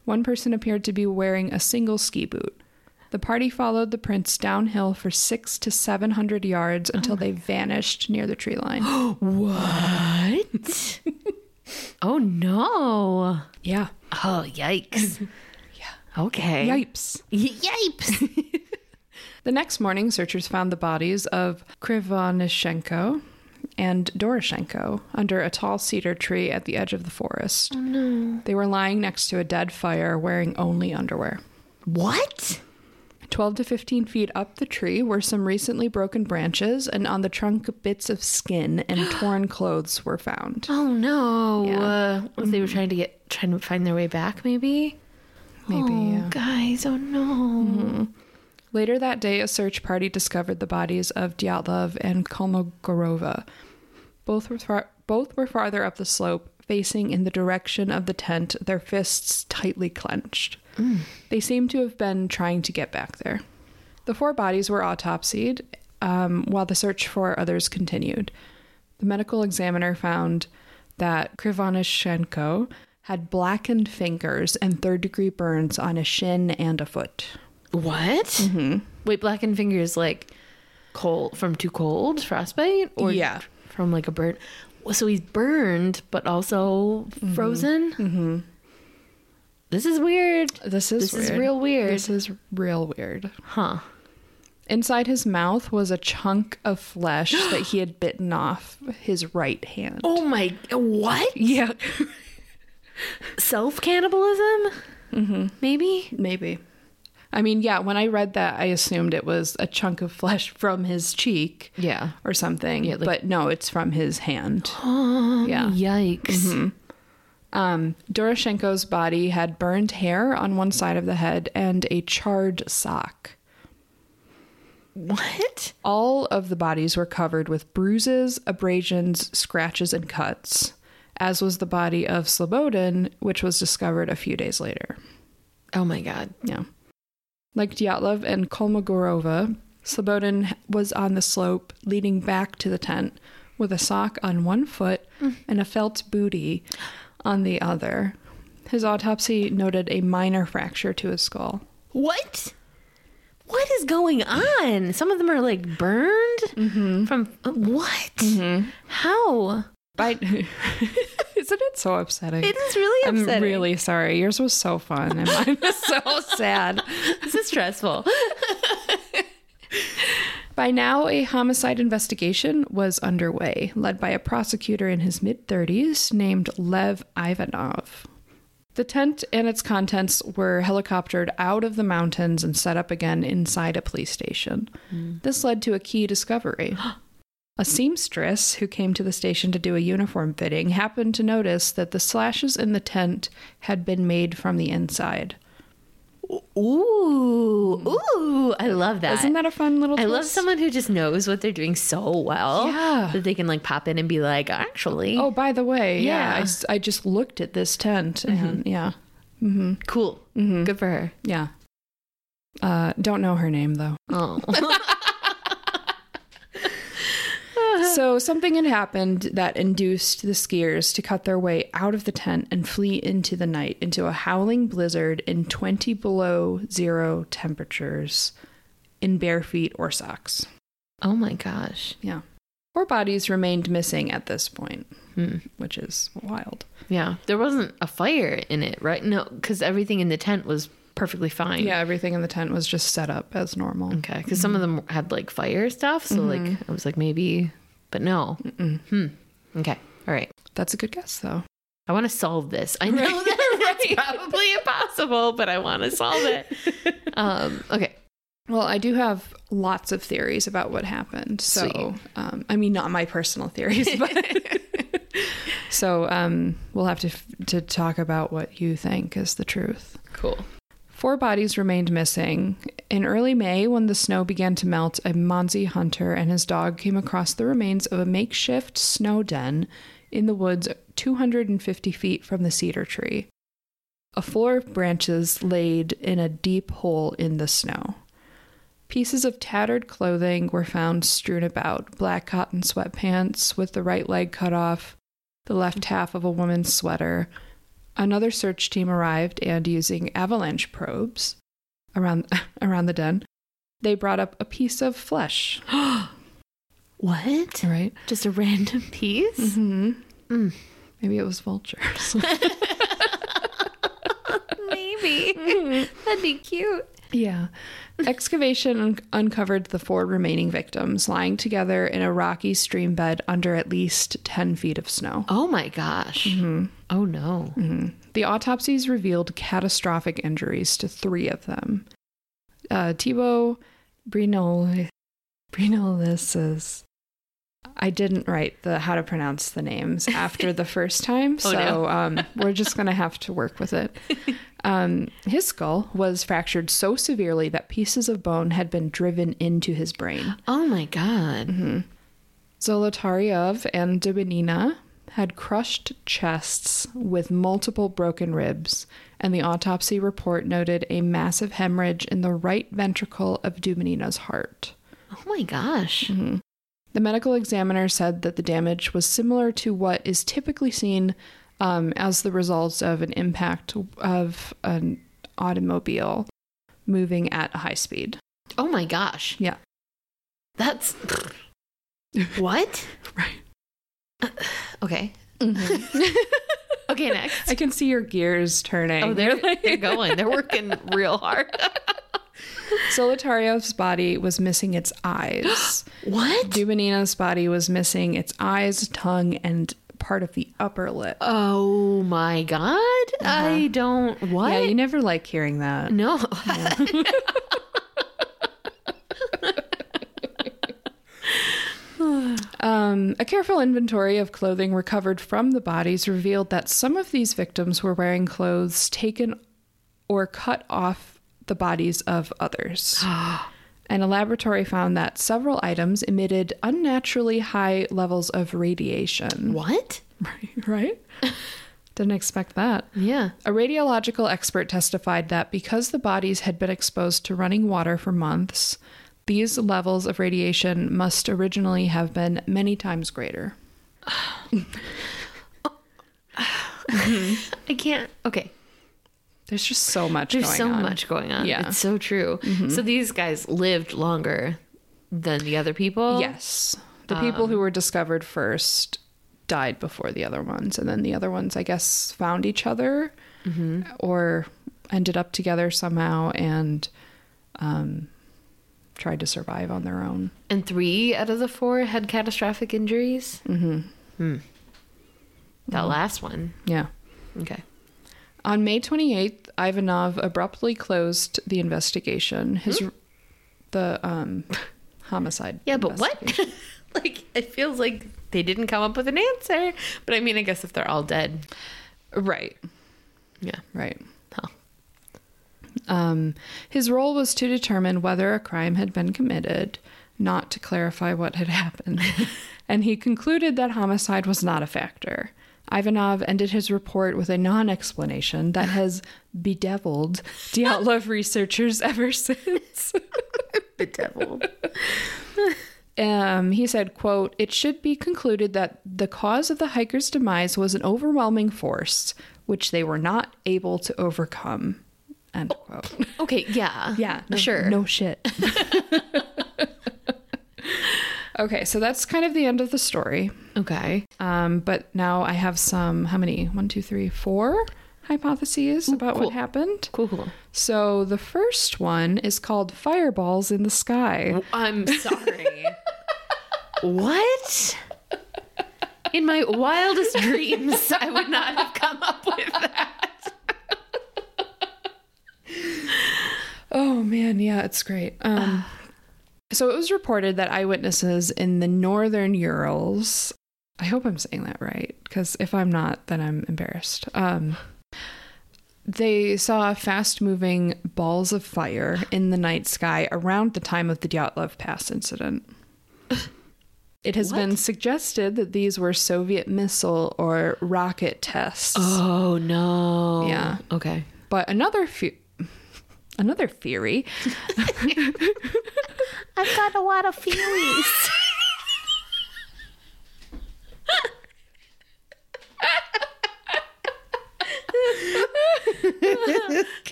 One person appeared to be wearing a single ski boot. The party followed the prints downhill for six to seven hundred yards until they vanished near the tree [gasps] line.
What? [laughs] oh no.
yeah.
Oh [laughs] yikes. yeah. Okay.
Yipes.
Y- yipes.
The next morning, searchers found the bodies of Krivonishenko and Doroshenko under a tall cedar tree at the edge of the forest. Oh, no. They were lying next to a dead fire wearing only underwear.
[laughs] what?
12 to 15 feet up the tree were some recently broken branches, and on the trunk, bits of skin and torn clothes were found.
Oh no.
Yeah.
Uh, was They were trying to get trying to find their way back, maybe.
Maybe,
Oh,
yeah.
guys. Oh no.
Later that day, a search party discovered the bodies of Dyatlov and Kolmogorova. Both were, far- both were farther up the slope, facing in the direction of the tent, their fists tightly clenched. They seemed to have been trying to get back there. The four bodies were autopsied, um, while the search for others continued. The medical examiner found that Krivonishenko had blackened fingers and third degree burns on a shin and a foot.
What? Wait, blackened fingers like cold from too cold frostbite, or
Yeah.
from like a burn. So he's burned, but also frozen. Mm-hmm. This is weird.
This is
This is
weird.
real weird.
This is real weird.
Huh.
Inside his mouth was a chunk of flesh that he had bitten off his right hand.
Oh my! What? [laughs]
Yeah,
Self cannibalism? Mm-hmm. Maybe.
maybe. I mean, yeah, when I read that, I assumed it was a chunk of flesh from his cheek
Yeah.
or something.
like-
but no, it's from his hand.
yeah.
Yeah.
Yikes.
Um, Doroshenko's body had burned hair on one side of the head and a charred sock.
What?
All of the bodies were covered with bruises, abrasions, scratches, and cuts. as was the body of Slobodin, which was discovered a few days later.
Oh my God.
Yeah. Like Dyatlov and Kolmogorova, Slobodin was on the slope leading back to the tent with a sock on one foot and a felt bootie on the other. His autopsy noted a minor fracture to his skull.
What? What is going on? Some of them are like burned from what? How?
But [laughs] isn't it so upsetting?
It is really
I'm [laughs]
upsetting.
really sorry. Yours was so fun and mine was so [laughs] sad.
This is stressful.
By now, a homicide investigation was underway, led by a prosecutor in his mid 30s named Lev Ivanov. The tent and its contents were helicoptered out of the mountains and set up again inside a police station. This led to a key discovery. A seamstress who came to the station to do a uniform fitting happened to notice that the slashes in the tent had been made from the inside.
Ooh, ooh! I love that.
Isn't that a fun little
I love
twist?
someone who just knows what they're doing so well
Yeah.
that they can like pop in and be like, actually,
Oh, by the way, yeah, I
Yeah. Uh-huh.
s- I, just looked at this tent and yeah,
cool, good for her.
yeah. Uh, don't know her name though.
Oh, Uh-huh.
so something had happened that induced the skiers to cut their way out of the tent and flee into the night into a howling blizzard in 20 below zero temperatures in bare feet or socks.
oh my gosh,
Yeah. Four bodies remained missing at this point,
Hmm.
which is wild.
yeah. There wasn't a fire in it, right? No, because everything in the tent was perfectly fine.
Yeah, everything in the tent was just set up as normal.
okay. Because some of them had like fire stuff, so like I was like maybe, but no. Hmm. Okay. All right.
That's a good guess though.
I want to solve this. I know [laughs] that it's probably impossible, but I want to solve it. [laughs] Um, okay.
Well, I do have lots of theories about what happened. So, um, I mean, not my personal theories, but [laughs] so um, we'll have to to talk about what you think is the truth.
Cool.
Four bodies remained missing. In early May, when the snow began to melt, a Monzi hunter and his dog came across the remains of a makeshift snow den in the woods 250 feet from the cedar tree. A floor of branches laid in a deep hole in the snow. Pieces of tattered clothing were found strewn about black cotton sweatpants with the right leg cut off, the left half of a woman's sweater. Another search team arrived and, using avalanche probes around, [laughs] around the den, they brought up a piece of flesh.
What?
Right?
Just a random piece? [laughs]
hmm
Mm.
Maybe it was vultures. [laughs]
Maybe. That'd be cute.
Yeah. Excavation un- uncovered the four remaining victims lying together in a rocky stream bed under at least 10 feet of snow.
Oh my gosh. Oh no.
Mm-hmm. The autopsies revealed catastrophic injuries to three of them. Uh, Thibaut Brinol- Brinolis. I didn't write the how to pronounce the names after the first time,
[laughs] Oh,
so
no.
um, we're just going to have to work with
[laughs]
it. Um, his skull was fractured so severely that pieces of bone had been driven into his brain.
Oh my god.
Zolotaryov and Dubinina had crushed chests with multiple broken ribs, and the autopsy report noted a massive hemorrhage in the right ventricle of Dubinina's heart.
Oh my gosh.
Mm-hmm. The medical examiner said that the damage was similar to what is typically seen um, as the result of an impact of an automobile moving at high speed.
Oh my gosh.
Yeah.
That's [laughs] what?
Right.
Okay. Mm-hmm. Okay, next.
[laughs] I can see your gears turning.
Oh,
[laughs]
they're [laughs] they're going. They're working real hard.
Solitaryov's body was missing its eyes.
What?
Dubinina's body was missing its eyes, tongue, and part of the upper lip.
Oh my god. I don't what?
Yeah,
Mm.
you never like hearing that.
no. [laughs]
Um, a careful inventory of clothing recovered from the bodies revealed that some of these victims were wearing clothes taken or cut off the bodies of others. and a laboratory found that several items emitted unnaturally high levels of radiation.
what?
Right. Right? Didn't expect that.
Yeah.
A radiological expert testified that because the bodies had been exposed to running water for months, these levels of radiation must originally have been many times greater.
I can't. Okay.
There's just so much
There's
going
so
on.
much going on. Mm-hmm.
Yeah.
It's so true. So these guys lived longer than the other people.
Yes. The people
Um,
who were discovered first died before the other ones, and then the other ones, I guess, found each other
Mm-hmm.
or ended up together somehow and um, tried to survive on their own.
And three out of the four had catastrophic injuries. Mm-hmm. That last one.
Yeah.
Okay.
On May 28th, Ivanov abruptly closed the investigation. His the um, [laughs] homicide.
Hmm? Yeah, but
investigation.
what? [laughs] like, it feels like they didn't come up with an answer. But I mean, I guess if they're all dead.
Right.
Yeah.
Right.
Huh.
Um, his role was to determine whether a crime had been committed, not to clarify what had [laughs] happened. and he concluded that homicide was not a factor. Ivanov ended his report with a non explanation
[laughs]
that has bedeviled Dyatlov researchers ever [laughs] since.
Bedeviled.
Um, he said, quote, It should be concluded that the cause of the hiker's demise was an overwhelming force, which they were not able to overcome. End quote.
[laughs] okay. [laughs] Yeah.
Yeah, no-
sure.
No shit. [laughs] okay, so that's kind of the end of the story.
Okay.
Um, but now I have some, how many? One, two, three, four hypotheses about
cool.
what happened.
Cool. Cool.
So the first one is called Fireballs in the Sky.
I'm sorry. what? In my wildest dreams, I would not have come up with that.
Oh man, yeah, it's great. Um, so it was reported that eyewitnesses in the northern Urals, I hope I'm saying that right, because if I'm not, then I'm embarrassed. Um, they saw fast moving balls of fire in the night sky around the time of the Dyatlov Pass incident. It has been suggested that these were Soviet missile or rocket tests.
Oh no.
Yeah.
Okay.
But another fe- another theory
I've got a lot of feelings.
[laughs]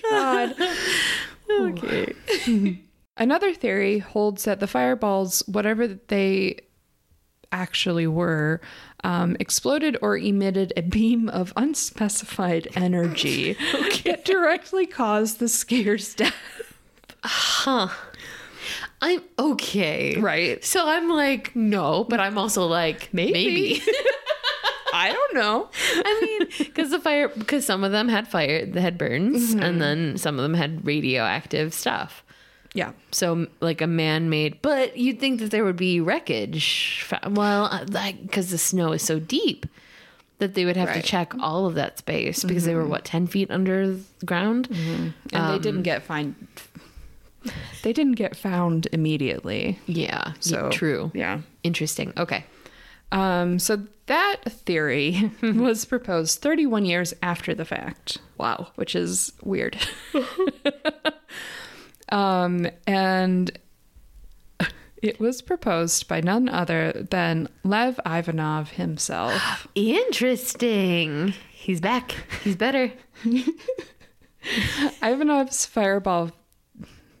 uh, Okay. Another theory holds that the fireballs, whatever they actually were, um, exploded or emitted a beam of unspecified [laughs] energy that directly caused the skiers' death.
I'm okay.
Right.
So I'm like, no, but I'm also like, maybe.
Maybe. [laughs] I don't know.
[laughs] I mean, because the fire, because some of them had fire, that had burns,
Mm-hmm.
and then some of them had radioactive stuff.
Yeah.
So, like a man made, but you'd think that there would be wreckage. fa- Well, uh, like, because the snow is so deep that they would have
Right.
to check all of that space because they were, what, 10 feet under the ground?
And they didn't get find. Um, They didn't get found immediately.
Yeah. So,
So
true.
Yeah.
Interesting. Okay.
Um, so that theory [laughs] was proposed 31 years after the fact. Wow. Which is weird. [laughs] um, and [laughs] it was proposed by none other than Lev Ivanov
[gasps]
himself.
Interesting. He's back. He's better.
Ivanov's fireball.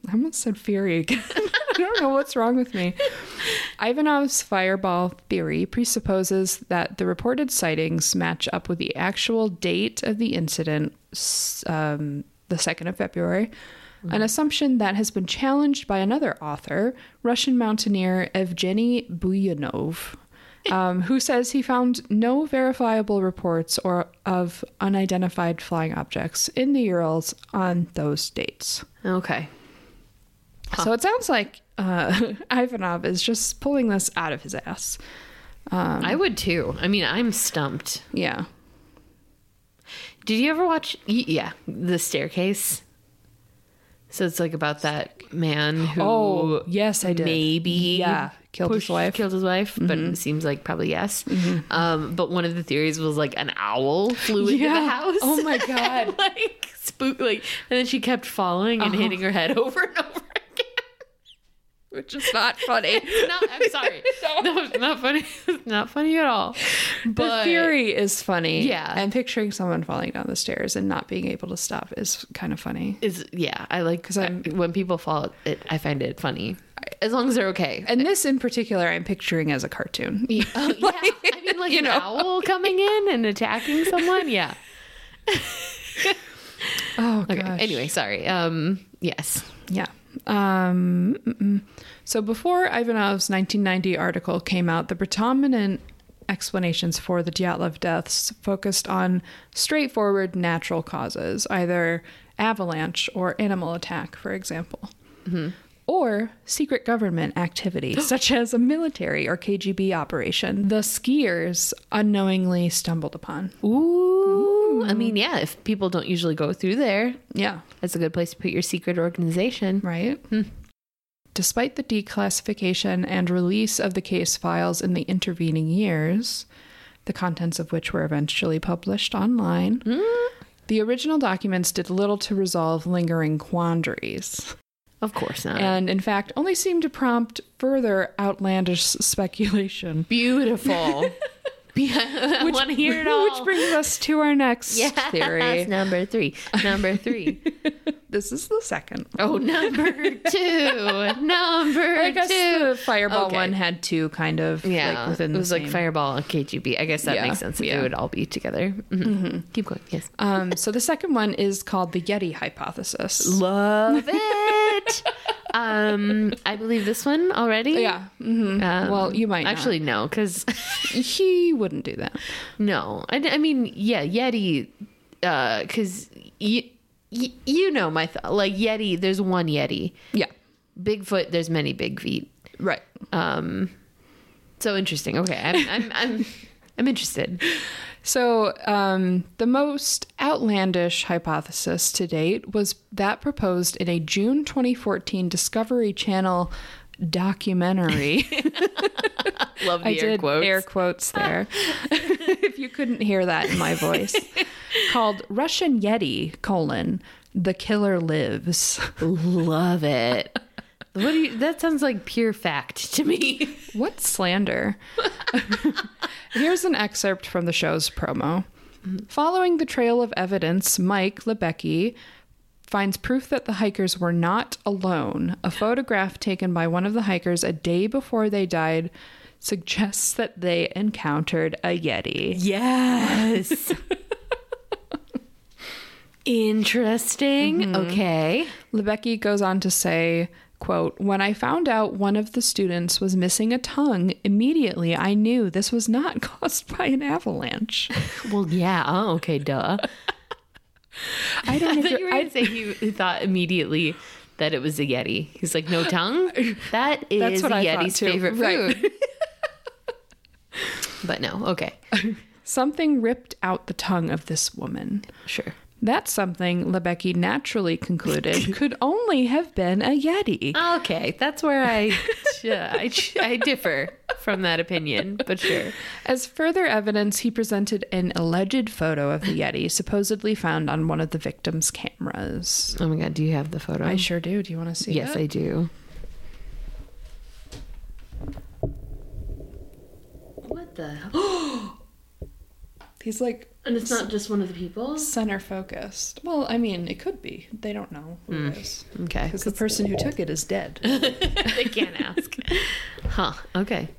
I almost said fury again. [laughs] I don't know what's wrong with me. Ivanov's fireball theory presupposes that the reported sightings match up with the actual date of the incident, s- um, the 2nd of February, an assumption that has been challenged by another author, Russian mountaineer Evgeny Buyanov, um, who says he found no verifiable reports or of unidentified flying objects in the Urals on those dates.
Okay.
So it sounds like uh, [laughs] Ivanov is just pulling this out of his ass.
I would too. I mean, I'm stumped.
Yeah.
Did you ever watch? y- Yeah, The Staircase. So it's like about that man who
Oh, yes, I did.
maybe
Yeah, killed his
pushed-
wife.
Killed his wife, Mm-hmm. but it seems like probably yes. Um, but one of the theories was like an owl flew into the house.
Oh
[laughs]
my god.
like spook like and then she kept following and hitting her head [laughs] over and over
[laughs]
again.
Which is not funny.
No, I'm sorry. [laughs] no. it's not funny. [laughs] It's not funny at all.
[laughs]
But
the theory is funny.
Yeah.
And picturing someone falling down the stairs and not being able to stop is kind of funny.
is yeah, I like because
I'm-
when people fall, it, I find it funny as long as they're okay.
And this in particular, I'm picturing as a cartoon.
[laughs] Yeah, oh, yeah. I [laughs] mean, like
you
an
know.
owl coming in and attacking someone. Yeah.
[laughs] Oh,
Okay.
gosh.
Anyway, sorry. Um. Yes.
Yeah. Um, mm-mm. so before Ivanov's 1990 article came out, the predominant explanations for the Dyatlov deaths focused on straightforward natural causes, either avalanche or animal attack, for example. Or secret government activity, such as a military or KGB operation, the skiers unknowingly stumbled upon.
Ooh. I mean, yeah. If people don't usually go through there,
Yeah.
that's a good place to put your secret organization.
Right.
Hmm.
Despite the declassification and release of the case files in the intervening years, the contents of which were eventually published online,
Hmm.
the original documents did little to resolve lingering quandaries,
Of course not.
and in fact only seemed to prompt further outlandish speculation.
[laughs] Beautiful. Be- I want to [laughs] hear [laughs] it all.
Which brings us to our next
[laughs] yes,
theory.
number three. Number three.
This is the second.
[laughs] oh, [laughs] number two. Number
I guess
two.
the fireball
Okay.
one had two kind of
Yeah,
like within
it was
the
like
same-
Fireball and KGB. I guess that
Yeah,
makes sense. It
yeah.
would all be together. Mhm. Keep going. Yes,
Um, so the second one is called the Yeti hypothesis.
love [laughs] it. um, I believe this one already.
Yeah. hmm
Um,
Well, you might not.
actually no, [laughs] because
He wouldn't do that.
no. I, I mean, yeah, Yeti. Because y y- you know my thought. Like Yeti, there's one Yeti.
Yeah.
Bigfoot, there's many big feet.
Right.
Um, so interesting. Okay, I'm I'm [laughs] I'm, I'm interested.
So um, the most outlandish hypothesis to date was that proposed in a June 2014 Discovery Channel
[laughs]
documentary.
Love the
I
air
did
quotes. [laughs]
air quotes there. [laughs] if you couldn't hear that in my voice,
[laughs]
called Russian Yeti colon the killer lives.
Love it. What do you, that sounds like pure fact to me. [laughs]
What slander? [laughs] Here's an excerpt from the show's promo. Following the trail of evidence, Mike Lebecki finds proof that the hikers were not alone. A photograph taken by one of the hikers a day before they died suggests that they encountered a Yeti.
[laughs] Yes. Interesting. Okay.
Lebecki goes on to say, quote, When I found out one of the students was missing a tongue, immediately I knew this was not [laughs] caused by an avalanche.
Well, yeah. Oh, okay. [laughs] Duh.
I don't
I
agree.
thought you were
I-
going to say he thought immediately that it was a Yeti. He's like, no tongue? [laughs] That is
That's what
a
I thought,
Yeti's
too.
favorite
Right.
[laughs] food. but no. Okay.
Something ripped out the tongue of this woman.
Sure.
That's something Lebecki naturally [laughs] concluded could only have been a Yeti.
Okay. That's where [laughs] I, uh, I, I differ from that opinion, but sure.
As further evidence, he presented an alleged photo of the Yeti supposedly found on one of the victim's cameras.
Oh my god, do you have the photo?
I sure do. Do you want to see
yes,
it?
I do. What the?
He's like
[gasps] And it's not just one of the people.
center focused. Well, I mean, it could be. They don't know who it is.
Okay,
Hmm. Because the person who took it is dead.
[laughs] they can't ask. huh? Okay.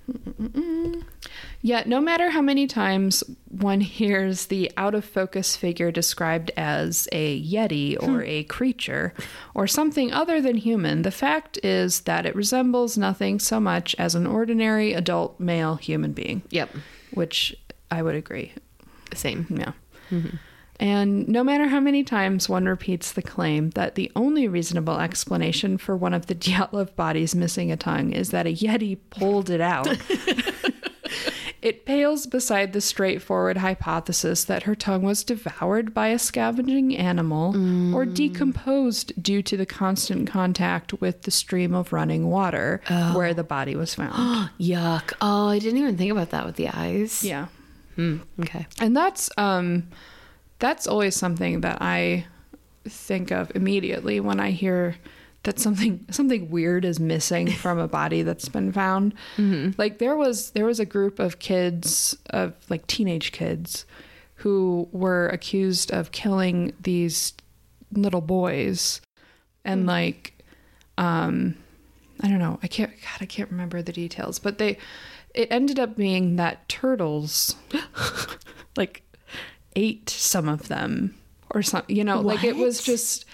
Yet, Mm-hmm. no matter how many times one hears the out of focus figure described as a yeti or a creature or something other than human, the fact is that it resembles nothing so much as an ordinary adult male human being,
Yep.
which I would agree.
Same.
Yeah. And no matter how many times one repeats the claim that the only reasonable explanation for one of the [laughs] Dyatlov bodies missing a tongue is that a Yeti pulled it out, It pales beside the straightforward hypothesis that her tongue was devoured by a scavenging animal or decomposed due to the constant contact with the stream of running water where the body was
[gasps]
found.
Yuck. Oh, I didn't even think about that with the eyes. Hmm,
yeah.
Okay.
And that's um that's always something that I think of immediately when I hear that something [laughs] something weird is missing from a body that's been found. Like there was there was a group of kids of like teenage kids who were accused of killing these little boys
Hmm.
and like um I don't know. I can't God, I can't remember the details, but they it ended up being that
[laughs]
turtles like ate some of them or something, you know, like it was just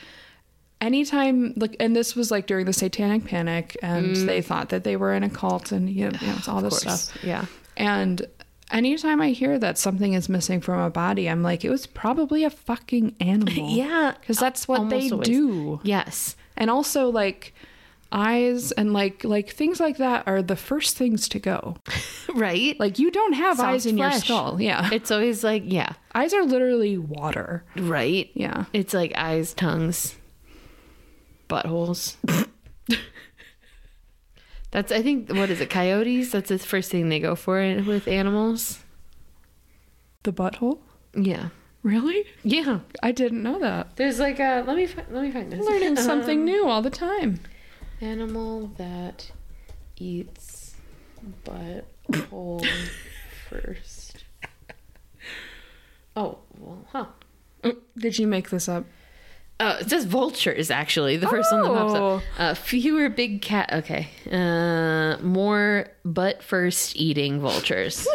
anytime like and this was like during the satanic panic and
Hmm.
they thought that they were in a cult and you know, you know, it's all this stuff.
Yeah.
And anytime I hear that something is missing from a body, I'm like, it was probably a fucking animal.
[laughs] Yeah.
Because that's what they
Almost always.
do
Yes.
and also like eyes and like like things like that are the first things to go
[laughs] Right?
like you don't have
Soft
eyes in your
flesh.
skull yeah
it's always like, yeah.
eyes are literally water
Right?
yeah
It's like eyes, tongues, [laughs] buttholes. That's I think what is it? Coyotes. That's the first thing they go for in- with animals.
the butthole
Yeah.
really
Yeah.
i didn't know that
There's like a let me fi- let me find
[laughs]
this. Uh-huh.
learning something new all the time
Animal that eats butthole first. Oh well, huh.
did you make this up
Oh, it says vultures actually. The first one that pops
Oh.
up. Uh, fewer big cat. Okay, uh, more butt first
[laughs]
eating vultures.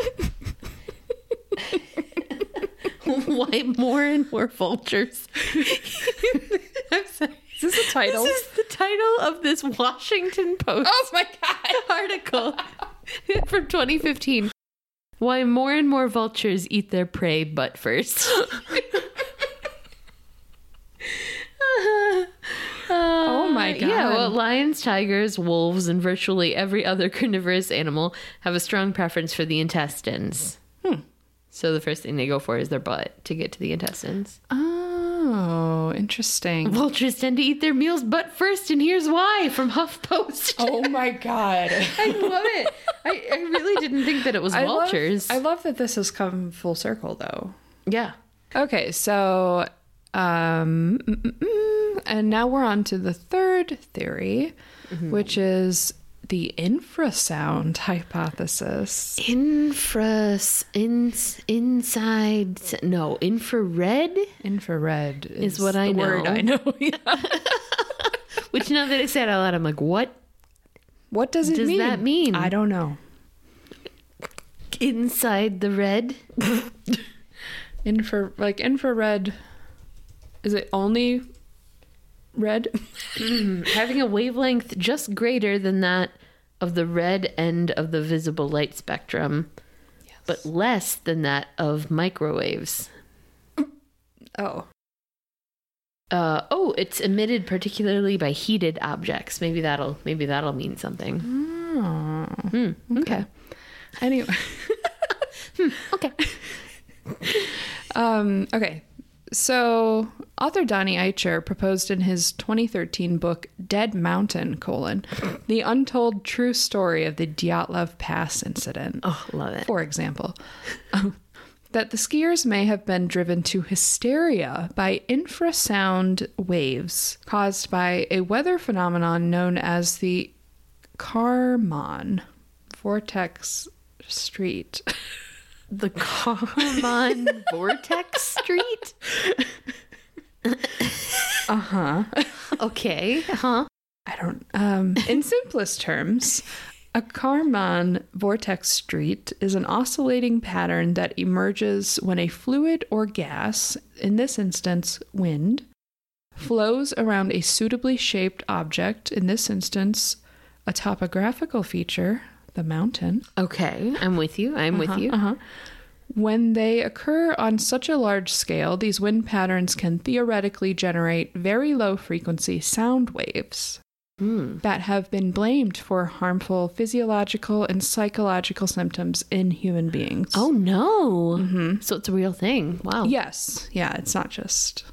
[laughs] Why more and
[laughs]
more vultures? I'm sorry.
is this a title
This is the title of this Washington Post
oh my god
[laughs] article from 2015. Why more and more vultures eat their prey
[laughs]
butt first. oh
my
Yeah,
God.
well, lions, tigers, wolves, and virtually every other [laughs] carnivorous animal have a strong preference for the intestines. So the first thing they go for is their butt to get to the intestines.
oh interesting
Vultures tend to eat their meals butt first, and here's why from [laughs] HuffPost.
oh my [laughs] god
I love it. I, I really didn't think that it [laughs] was
I love-
vultures.
I love that this has come full circle though
yeah.
Okay, so um mm, mm, mm, and now we're on to the third theory, which is the infrasound [laughs] hypothesis.
Infra ins, inside no infrared
Infrared is,
is what I
the
know.
word I know.
Which now that I said it out loud, I'm like, what
[laughs] What does it
Does
mean?
that mean?
I don't know.
inside the red?
Infra like infrared is it only red? [laughs]
Having a wavelength just greater than that of the red end of the visible light spectrum, but less than that of microwaves.
Oh.
Uh, oh, it's emitted particularly by heated objects. Maybe that'll maybe that'll mean something.
Oh. Mm-hmm.
Hmm.
Okay.
[laughs]
Anyway,
Okay.
[laughs] um, okay. So author Donnie Eicher proposed in his 2013 book Dead Mountain: colon, the untold true story of the Dyatlov Pass incident.
Oh, love it.
For example, um, that the skiers may have been driven to hysteria by infrasound waves caused by a weather phenomenon known as the Karman Vortex Street.
The Carmon [laughs] Vortex Street?
[laughs]
uh huh. Okay. Huh.
I don't. Um, [laughs] in simplest terms, a Kármán vortex street is an oscillating pattern that emerges when a fluid or gas, in this instance, wind, flows around a suitably shaped object, in this instance, a topographical feature, the mountain.
Okay. I'm with you. I'm with you.
Uh-huh. When they occur on such a large scale, these wind patterns can theoretically generate very low frequency sound waves.
Hmm.
that have been blamed for harmful physiological and psychological symptoms in human beings.
Oh no! So it's a real thing. Wow.
Yes. Mm-hmm. Yeah, it's not just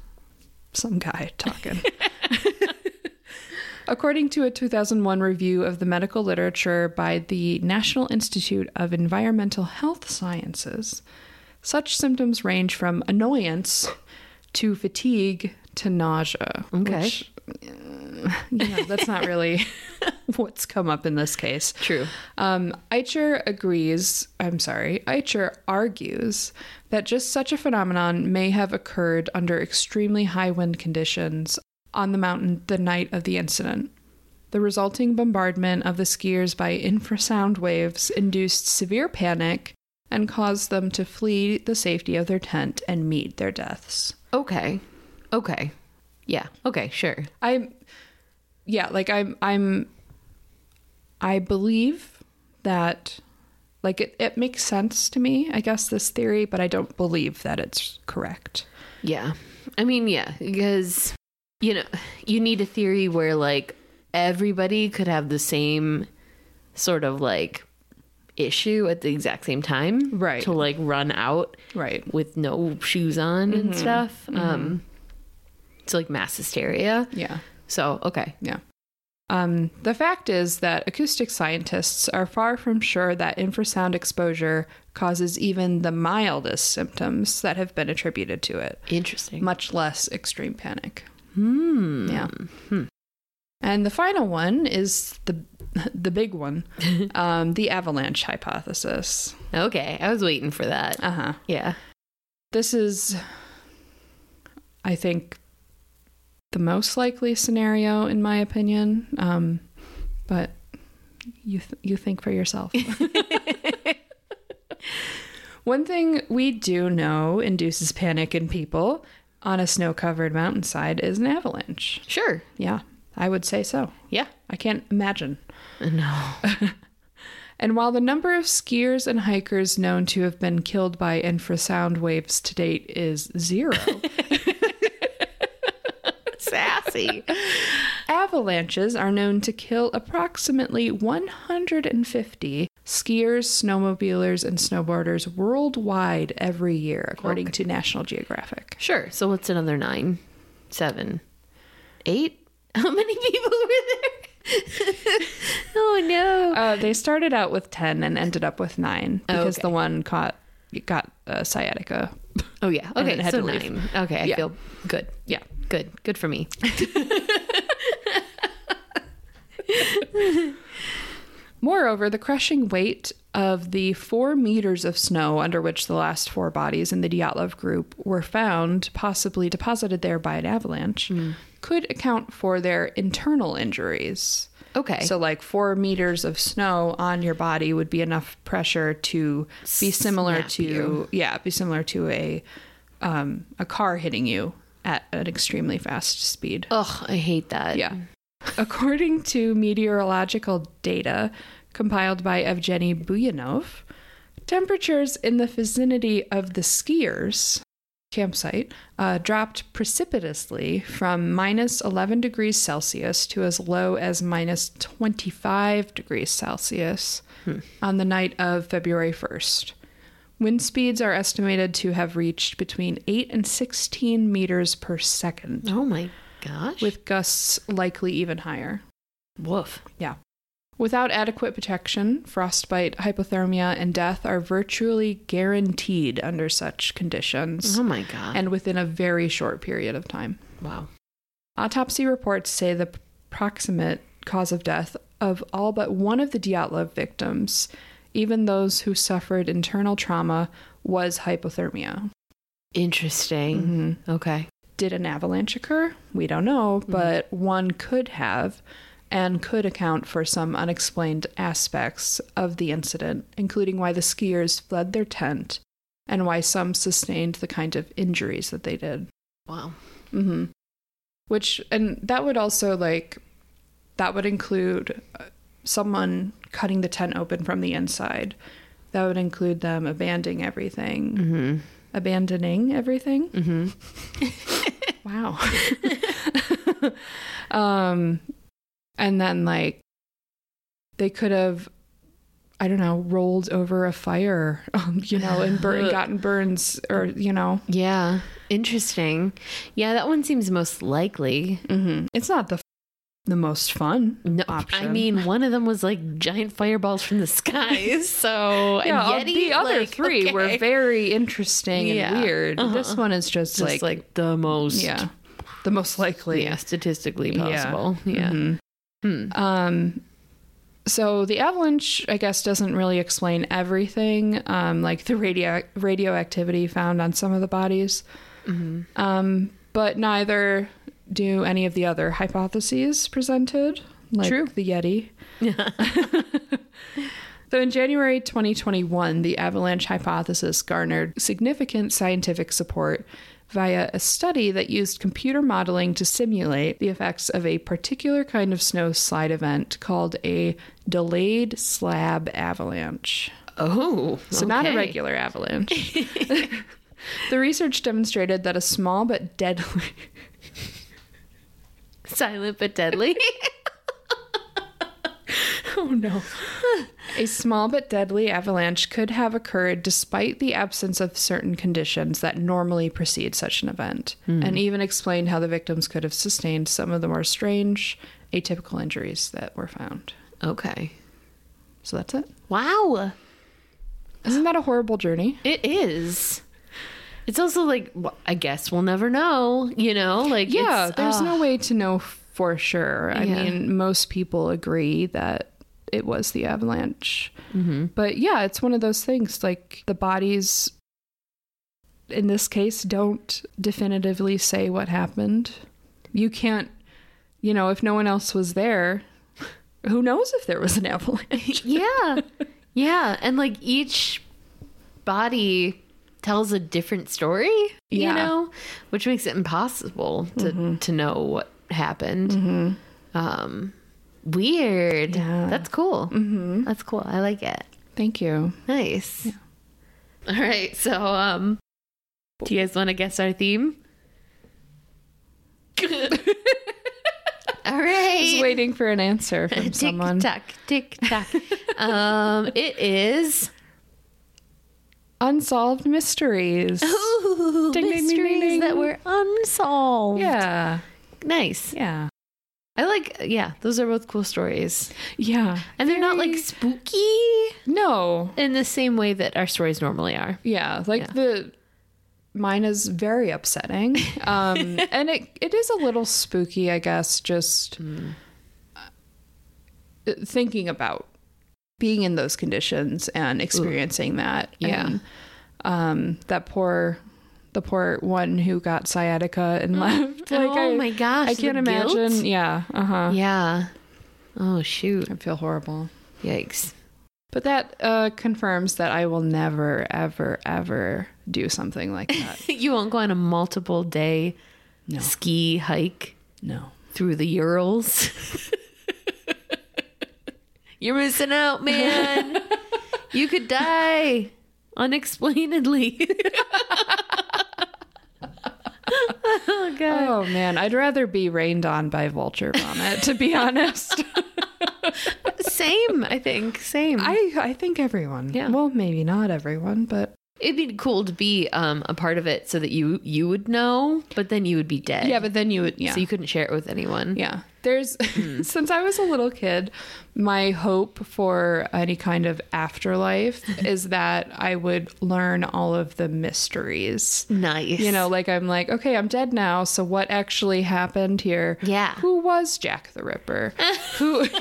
some guy [laughs]
[laughs]
talking. According to a 2001 review of the medical literature by the National Institute of Environmental Health Sciences, such symptoms range from annoyance to fatigue to nausea.
Okay.
Which, uh, you know, that's not really [laughs] what's come up in this case.
True.
Um, Eicher agrees, I'm sorry, Eicher argues that just such a phenomenon may have occurred under extremely high wind conditions on the mountain the night of the incident. The resulting bombardment of the skiers by infrasound waves induced severe panic and caused them to flee the safety of their tent and meet their deaths.
Okay. Okay. Yeah. Okay. Sure.
I'm yeah, like I'm I'm I believe that like it, it makes sense to me, I guess this theory, but I don't believe that it's correct.
Yeah. I mean, yeah, because you know, you need a theory where like everybody could have the same sort of like issue at the exact same time,
Right.
To like run out
Right.
with no shoes on and stuff. Um, it's like mass hysteria.
Yeah.
So okay,
Yeah. Um, the fact is that acoustic scientists are far from sure that infrasound exposure causes even the mildest symptoms that have been attributed to it.
interesting.
much less extreme panic.
Hmm.
Yeah. And the final one is the [laughs] the big one, um, the avalanche hypothesis.
Okay, I was waiting for that.
Uh huh.
Yeah.
This is, I think, the most likely scenario in my opinion. Um, but you th- you think for yourself. [laughs] One thing we do know induces panic in people on a snow-covered mountainside is an avalanche.
Sure.
Yeah, I would say so.
Yeah.
I can't imagine.
No.
[laughs] And while the number of skiers and hikers known to have been killed by infrasound waves to date is
[laughs]
zero,
Sassy.
avalanches are known to kill approximately 150 skiers, snowmobilers, and snowboarders worldwide every year, according to National Geographic.
Sure. So what's another nine? Seven? Eight? [laughs] How many people were there? [laughs] oh no.
Uh, they started out with 10 and ended up with 9 because
Okay.
the one caught got uh, sciatica.
oh yeah.
then
Okay.
had
So
to leave.
nine. Okay. I
Yeah.
feel good.
Yeah.
Good. Good for me.
Moreover, the crushing weight of the four meters of snow under which the last four bodies in the Dyatlov group were found, possibly deposited there by an avalanche,
Hmm.
could account for their internal injuries.
Okay.
So, like four meters of snow on your body would be enough pressure to be similar
Snap
to
you.
yeah, be similar to a um, a car hitting you at an extremely fast speed.
Ugh, I hate that.
Yeah. According to meteorological data compiled by Evgeny Buyanov, temperatures in the vicinity of the skiers campsite uh, dropped precipitously from minus 11 degrees Celsius to as low as minus 25 degrees Celsius on the night of February 1st. Wind speeds are estimated to have reached between 8 and 16 meters per second
Oh my gosh.
with gusts likely even higher.
woof.
Yeah. Without adequate protection, frostbite, hypothermia, and death are virtually guaranteed under such conditions
Oh my god.
and within a very short period of time.
wow.
Autopsy reports say the proximate cause of death of all but one of the Dyatlov victims, even those who suffered internal trauma, was hypothermia.
Interesting.
Mhm.
Okay.
Did an avalanche occur? We don't know, but one could have and could account for some unexplained aspects of the incident, including why the skiers fled their tent and why some sustained the kind of injuries that they did.
Wow.
Mm-hmm. Which, and that would also like, that would include uh, someone cutting the tent open from the inside. That would include them abandoning everything.
Mm-hmm.
Abandoning everything? [laughs]
Mm-hmm.
Wow. [laughs] um, And then like they could have I don't know, rolled over a fire, um, you know, and burn,
[laughs]
gotten burns or, you know.
Yeah. Interesting. Yeah, that one seems most likely.
Mm-hmm. It's not the f- the most fun
No,
option.
I mean, one of them was like giant fireballs from the sky.
[laughs]
So,
yeah, uh,
and Yeti,
the other
like,
three
okay.
were very interesting and
Yeah. Uh-huh.
weird. This one is just,
just like,
like,
the most
yeah, the most likely.
yeah, statistically
Yeah.
possible. Yeah.
Mhm. Um, so the avalanche, I guess, doesn't really explain everything, um, like the radio radioactivity found on some of the bodies, um, but neither do any of the other hypotheses presented, like
True.
the Yeti. Though in January 2021, the avalanche hypothesis garnered significant scientific support via a study that used computer modeling to simulate the effects of a particular kind of snow slide event called a delayed slab avalanche.
Oh,
So, not a
okay.
regular avalanche. [laughs] the research demonstrated that a small but deadly.
silent but deadly.
[laughs]
[laughs]
Oh no. a small but deadly avalanche could have occurred despite the absence of certain conditions that normally precede such an event, and even explained how the victims could have sustained some of the more strange, atypical injuries that were found.
okay.
So that's it.
Wow.
Isn't that a horrible journey?
It is. It's also like wh- I guess we'll never know, you know, like
Yeah,
it's-
there's
ah,
no way to know for sure. I
Yeah.
mean, most people agree that it was the avalanche.
Mm-hmm.
But yeah, it's one of those things like the bodies in this case don't definitively say what happened. You can't, you know, if no one else was there, who knows if there was an avalanche?
[laughs] Yeah. Yeah, and like each body tells a different story,
Yeah. Mm-hmm.
you know, which makes it impossible to to know what happened. Um weird.
Yeah.
That's cool. Mm-hmm. That's cool. I like it.
Thank you.
Nice. All right. So, um, do you guys want to guess
[laughs]
our theme? All
I was
right.
waiting for an answer from
Tick
someone.
tock, tick
[laughs]
tock. um, it is.
Unsolved mysteries.
[laughs] Ooh,
Ding, ding, ding,
mysteries
ding, ding.
that were unsolved.
Yeah.
Nice.
Yeah.
I like, yeah, those are both cool stories.
Yeah.
And they're not like
Very-
spooky
No.
in the same way that our stories normally are.
Yeah, like
Yeah.
the mine is very
[laughs]
upsetting. Um and it it is a little spooky, I guess, just
Hmm.
uh, thinking about being in those conditions and experiencing that.
Yeah.
And, um that poor the poor one who got sciatica and left. [laughs] Like
[laughs] oh
I,
my gosh.
I can't
the guilt?
imagine. Yeah. Uh-huh.
Yeah. Oh, shoot.
I feel horrible.
Yikes.
But that uh, confirms that I will never, ever, ever do something like that.
[laughs] you won't go on a multiple day
No.
ski hike
No.
through the Urals. [laughs] You're missing out, man. you could die unexplainedly. [laughs] oh, God.
Oh man, I'd rather be rained on by vulture vomit, to be honest.
Same, I think. Same.
[laughs] I I think everyone.
Yeah.
Well, maybe not everyone, but
It'd be cool to be um, a part of it so that you you would know, but then you would be dead.
yeah. But then you would yeah
So you couldn't share it with anyone.
yeah. Hmm. There's [laughs] since I was a little kid, my hope for any kind of [laughs] afterlife is that I would learn all of the mysteries.
Nice.
You know, like I'm like, okay, I'm dead now, so what actually happened here?
Yeah.
Who was Jack the
[laughs]
Ripper? Who [laughs]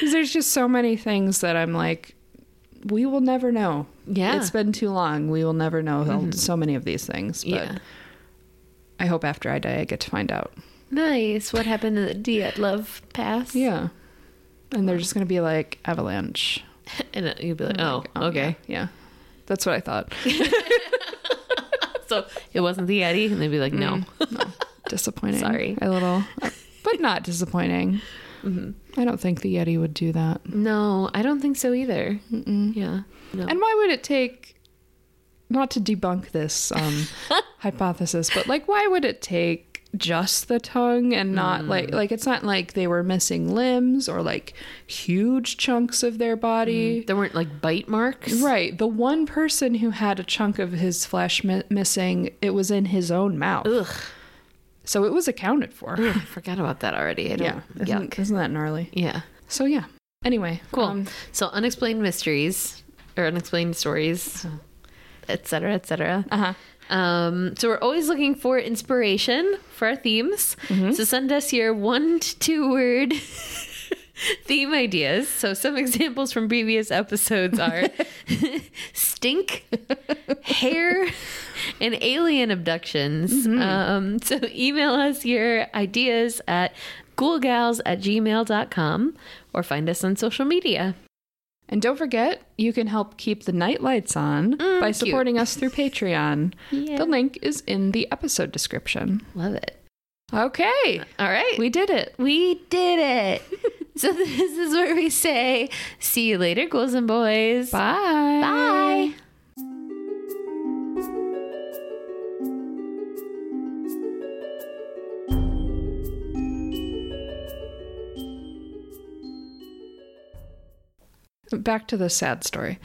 'Cause there's just so many things that I'm like, we will never know.
Yeah. Mm-hmm.
It's been too long. We will never know so many of these things. But
Yeah.
I hope after I die I get to find out.
Nice. What happened to the Dyatlov Pass?
Yeah. And they're just gonna be like avalanche.
[laughs] And uh, you'd be like, oh,
Oh,
okay.
Yeah. yeah. That's what I thought.
[laughs] So it wasn't the Yeti? And they'd be like, no.
disappointing.
Sorry.
A little but not disappointing.
Mm-hmm.
I don't think the Yeti would do that.
No, I don't think so either. Yeah. No.
And why would it take
[laughs]
not to debunk this um, hypothesis, but like why would it take just the tongue and
Mm.
not like like it's not like they were missing limbs or like huge chunks of their body.
There weren't like bite marks.
Right. The one person who had a chunk of his flesh mi- missing, it was in his own mouth.
Ugh.
So it was accounted for.
I forgot about that already. I don't,
Yeah. Isn't, [laughs]
Yuck.
isn't that gnarly?
Yeah.
So yeah. Anyway,
Cool.
um,
so unexplained mysteries or unexplained stories, et cetera, et cetera.
uh-huh.
Um, so we're always looking for inspiration for our themes. So send us your one to two word [laughs] theme ideas. So some examples from previous episodes are stink, hair, and alien abductions. Um, so email us your ideas at ghoulgals at gmail.com or find us on social media.
And don't forget, you can help keep the night lights on by
cute.
supporting us through Patreon.
Yeah.
The link is in the episode description.
Love it.
Okay.
All right.
We did it.
We did it. so this is where we say, see you later, girls and boys.
Bye.
Bye.
[laughs]
[laughs]
Back to the sad story.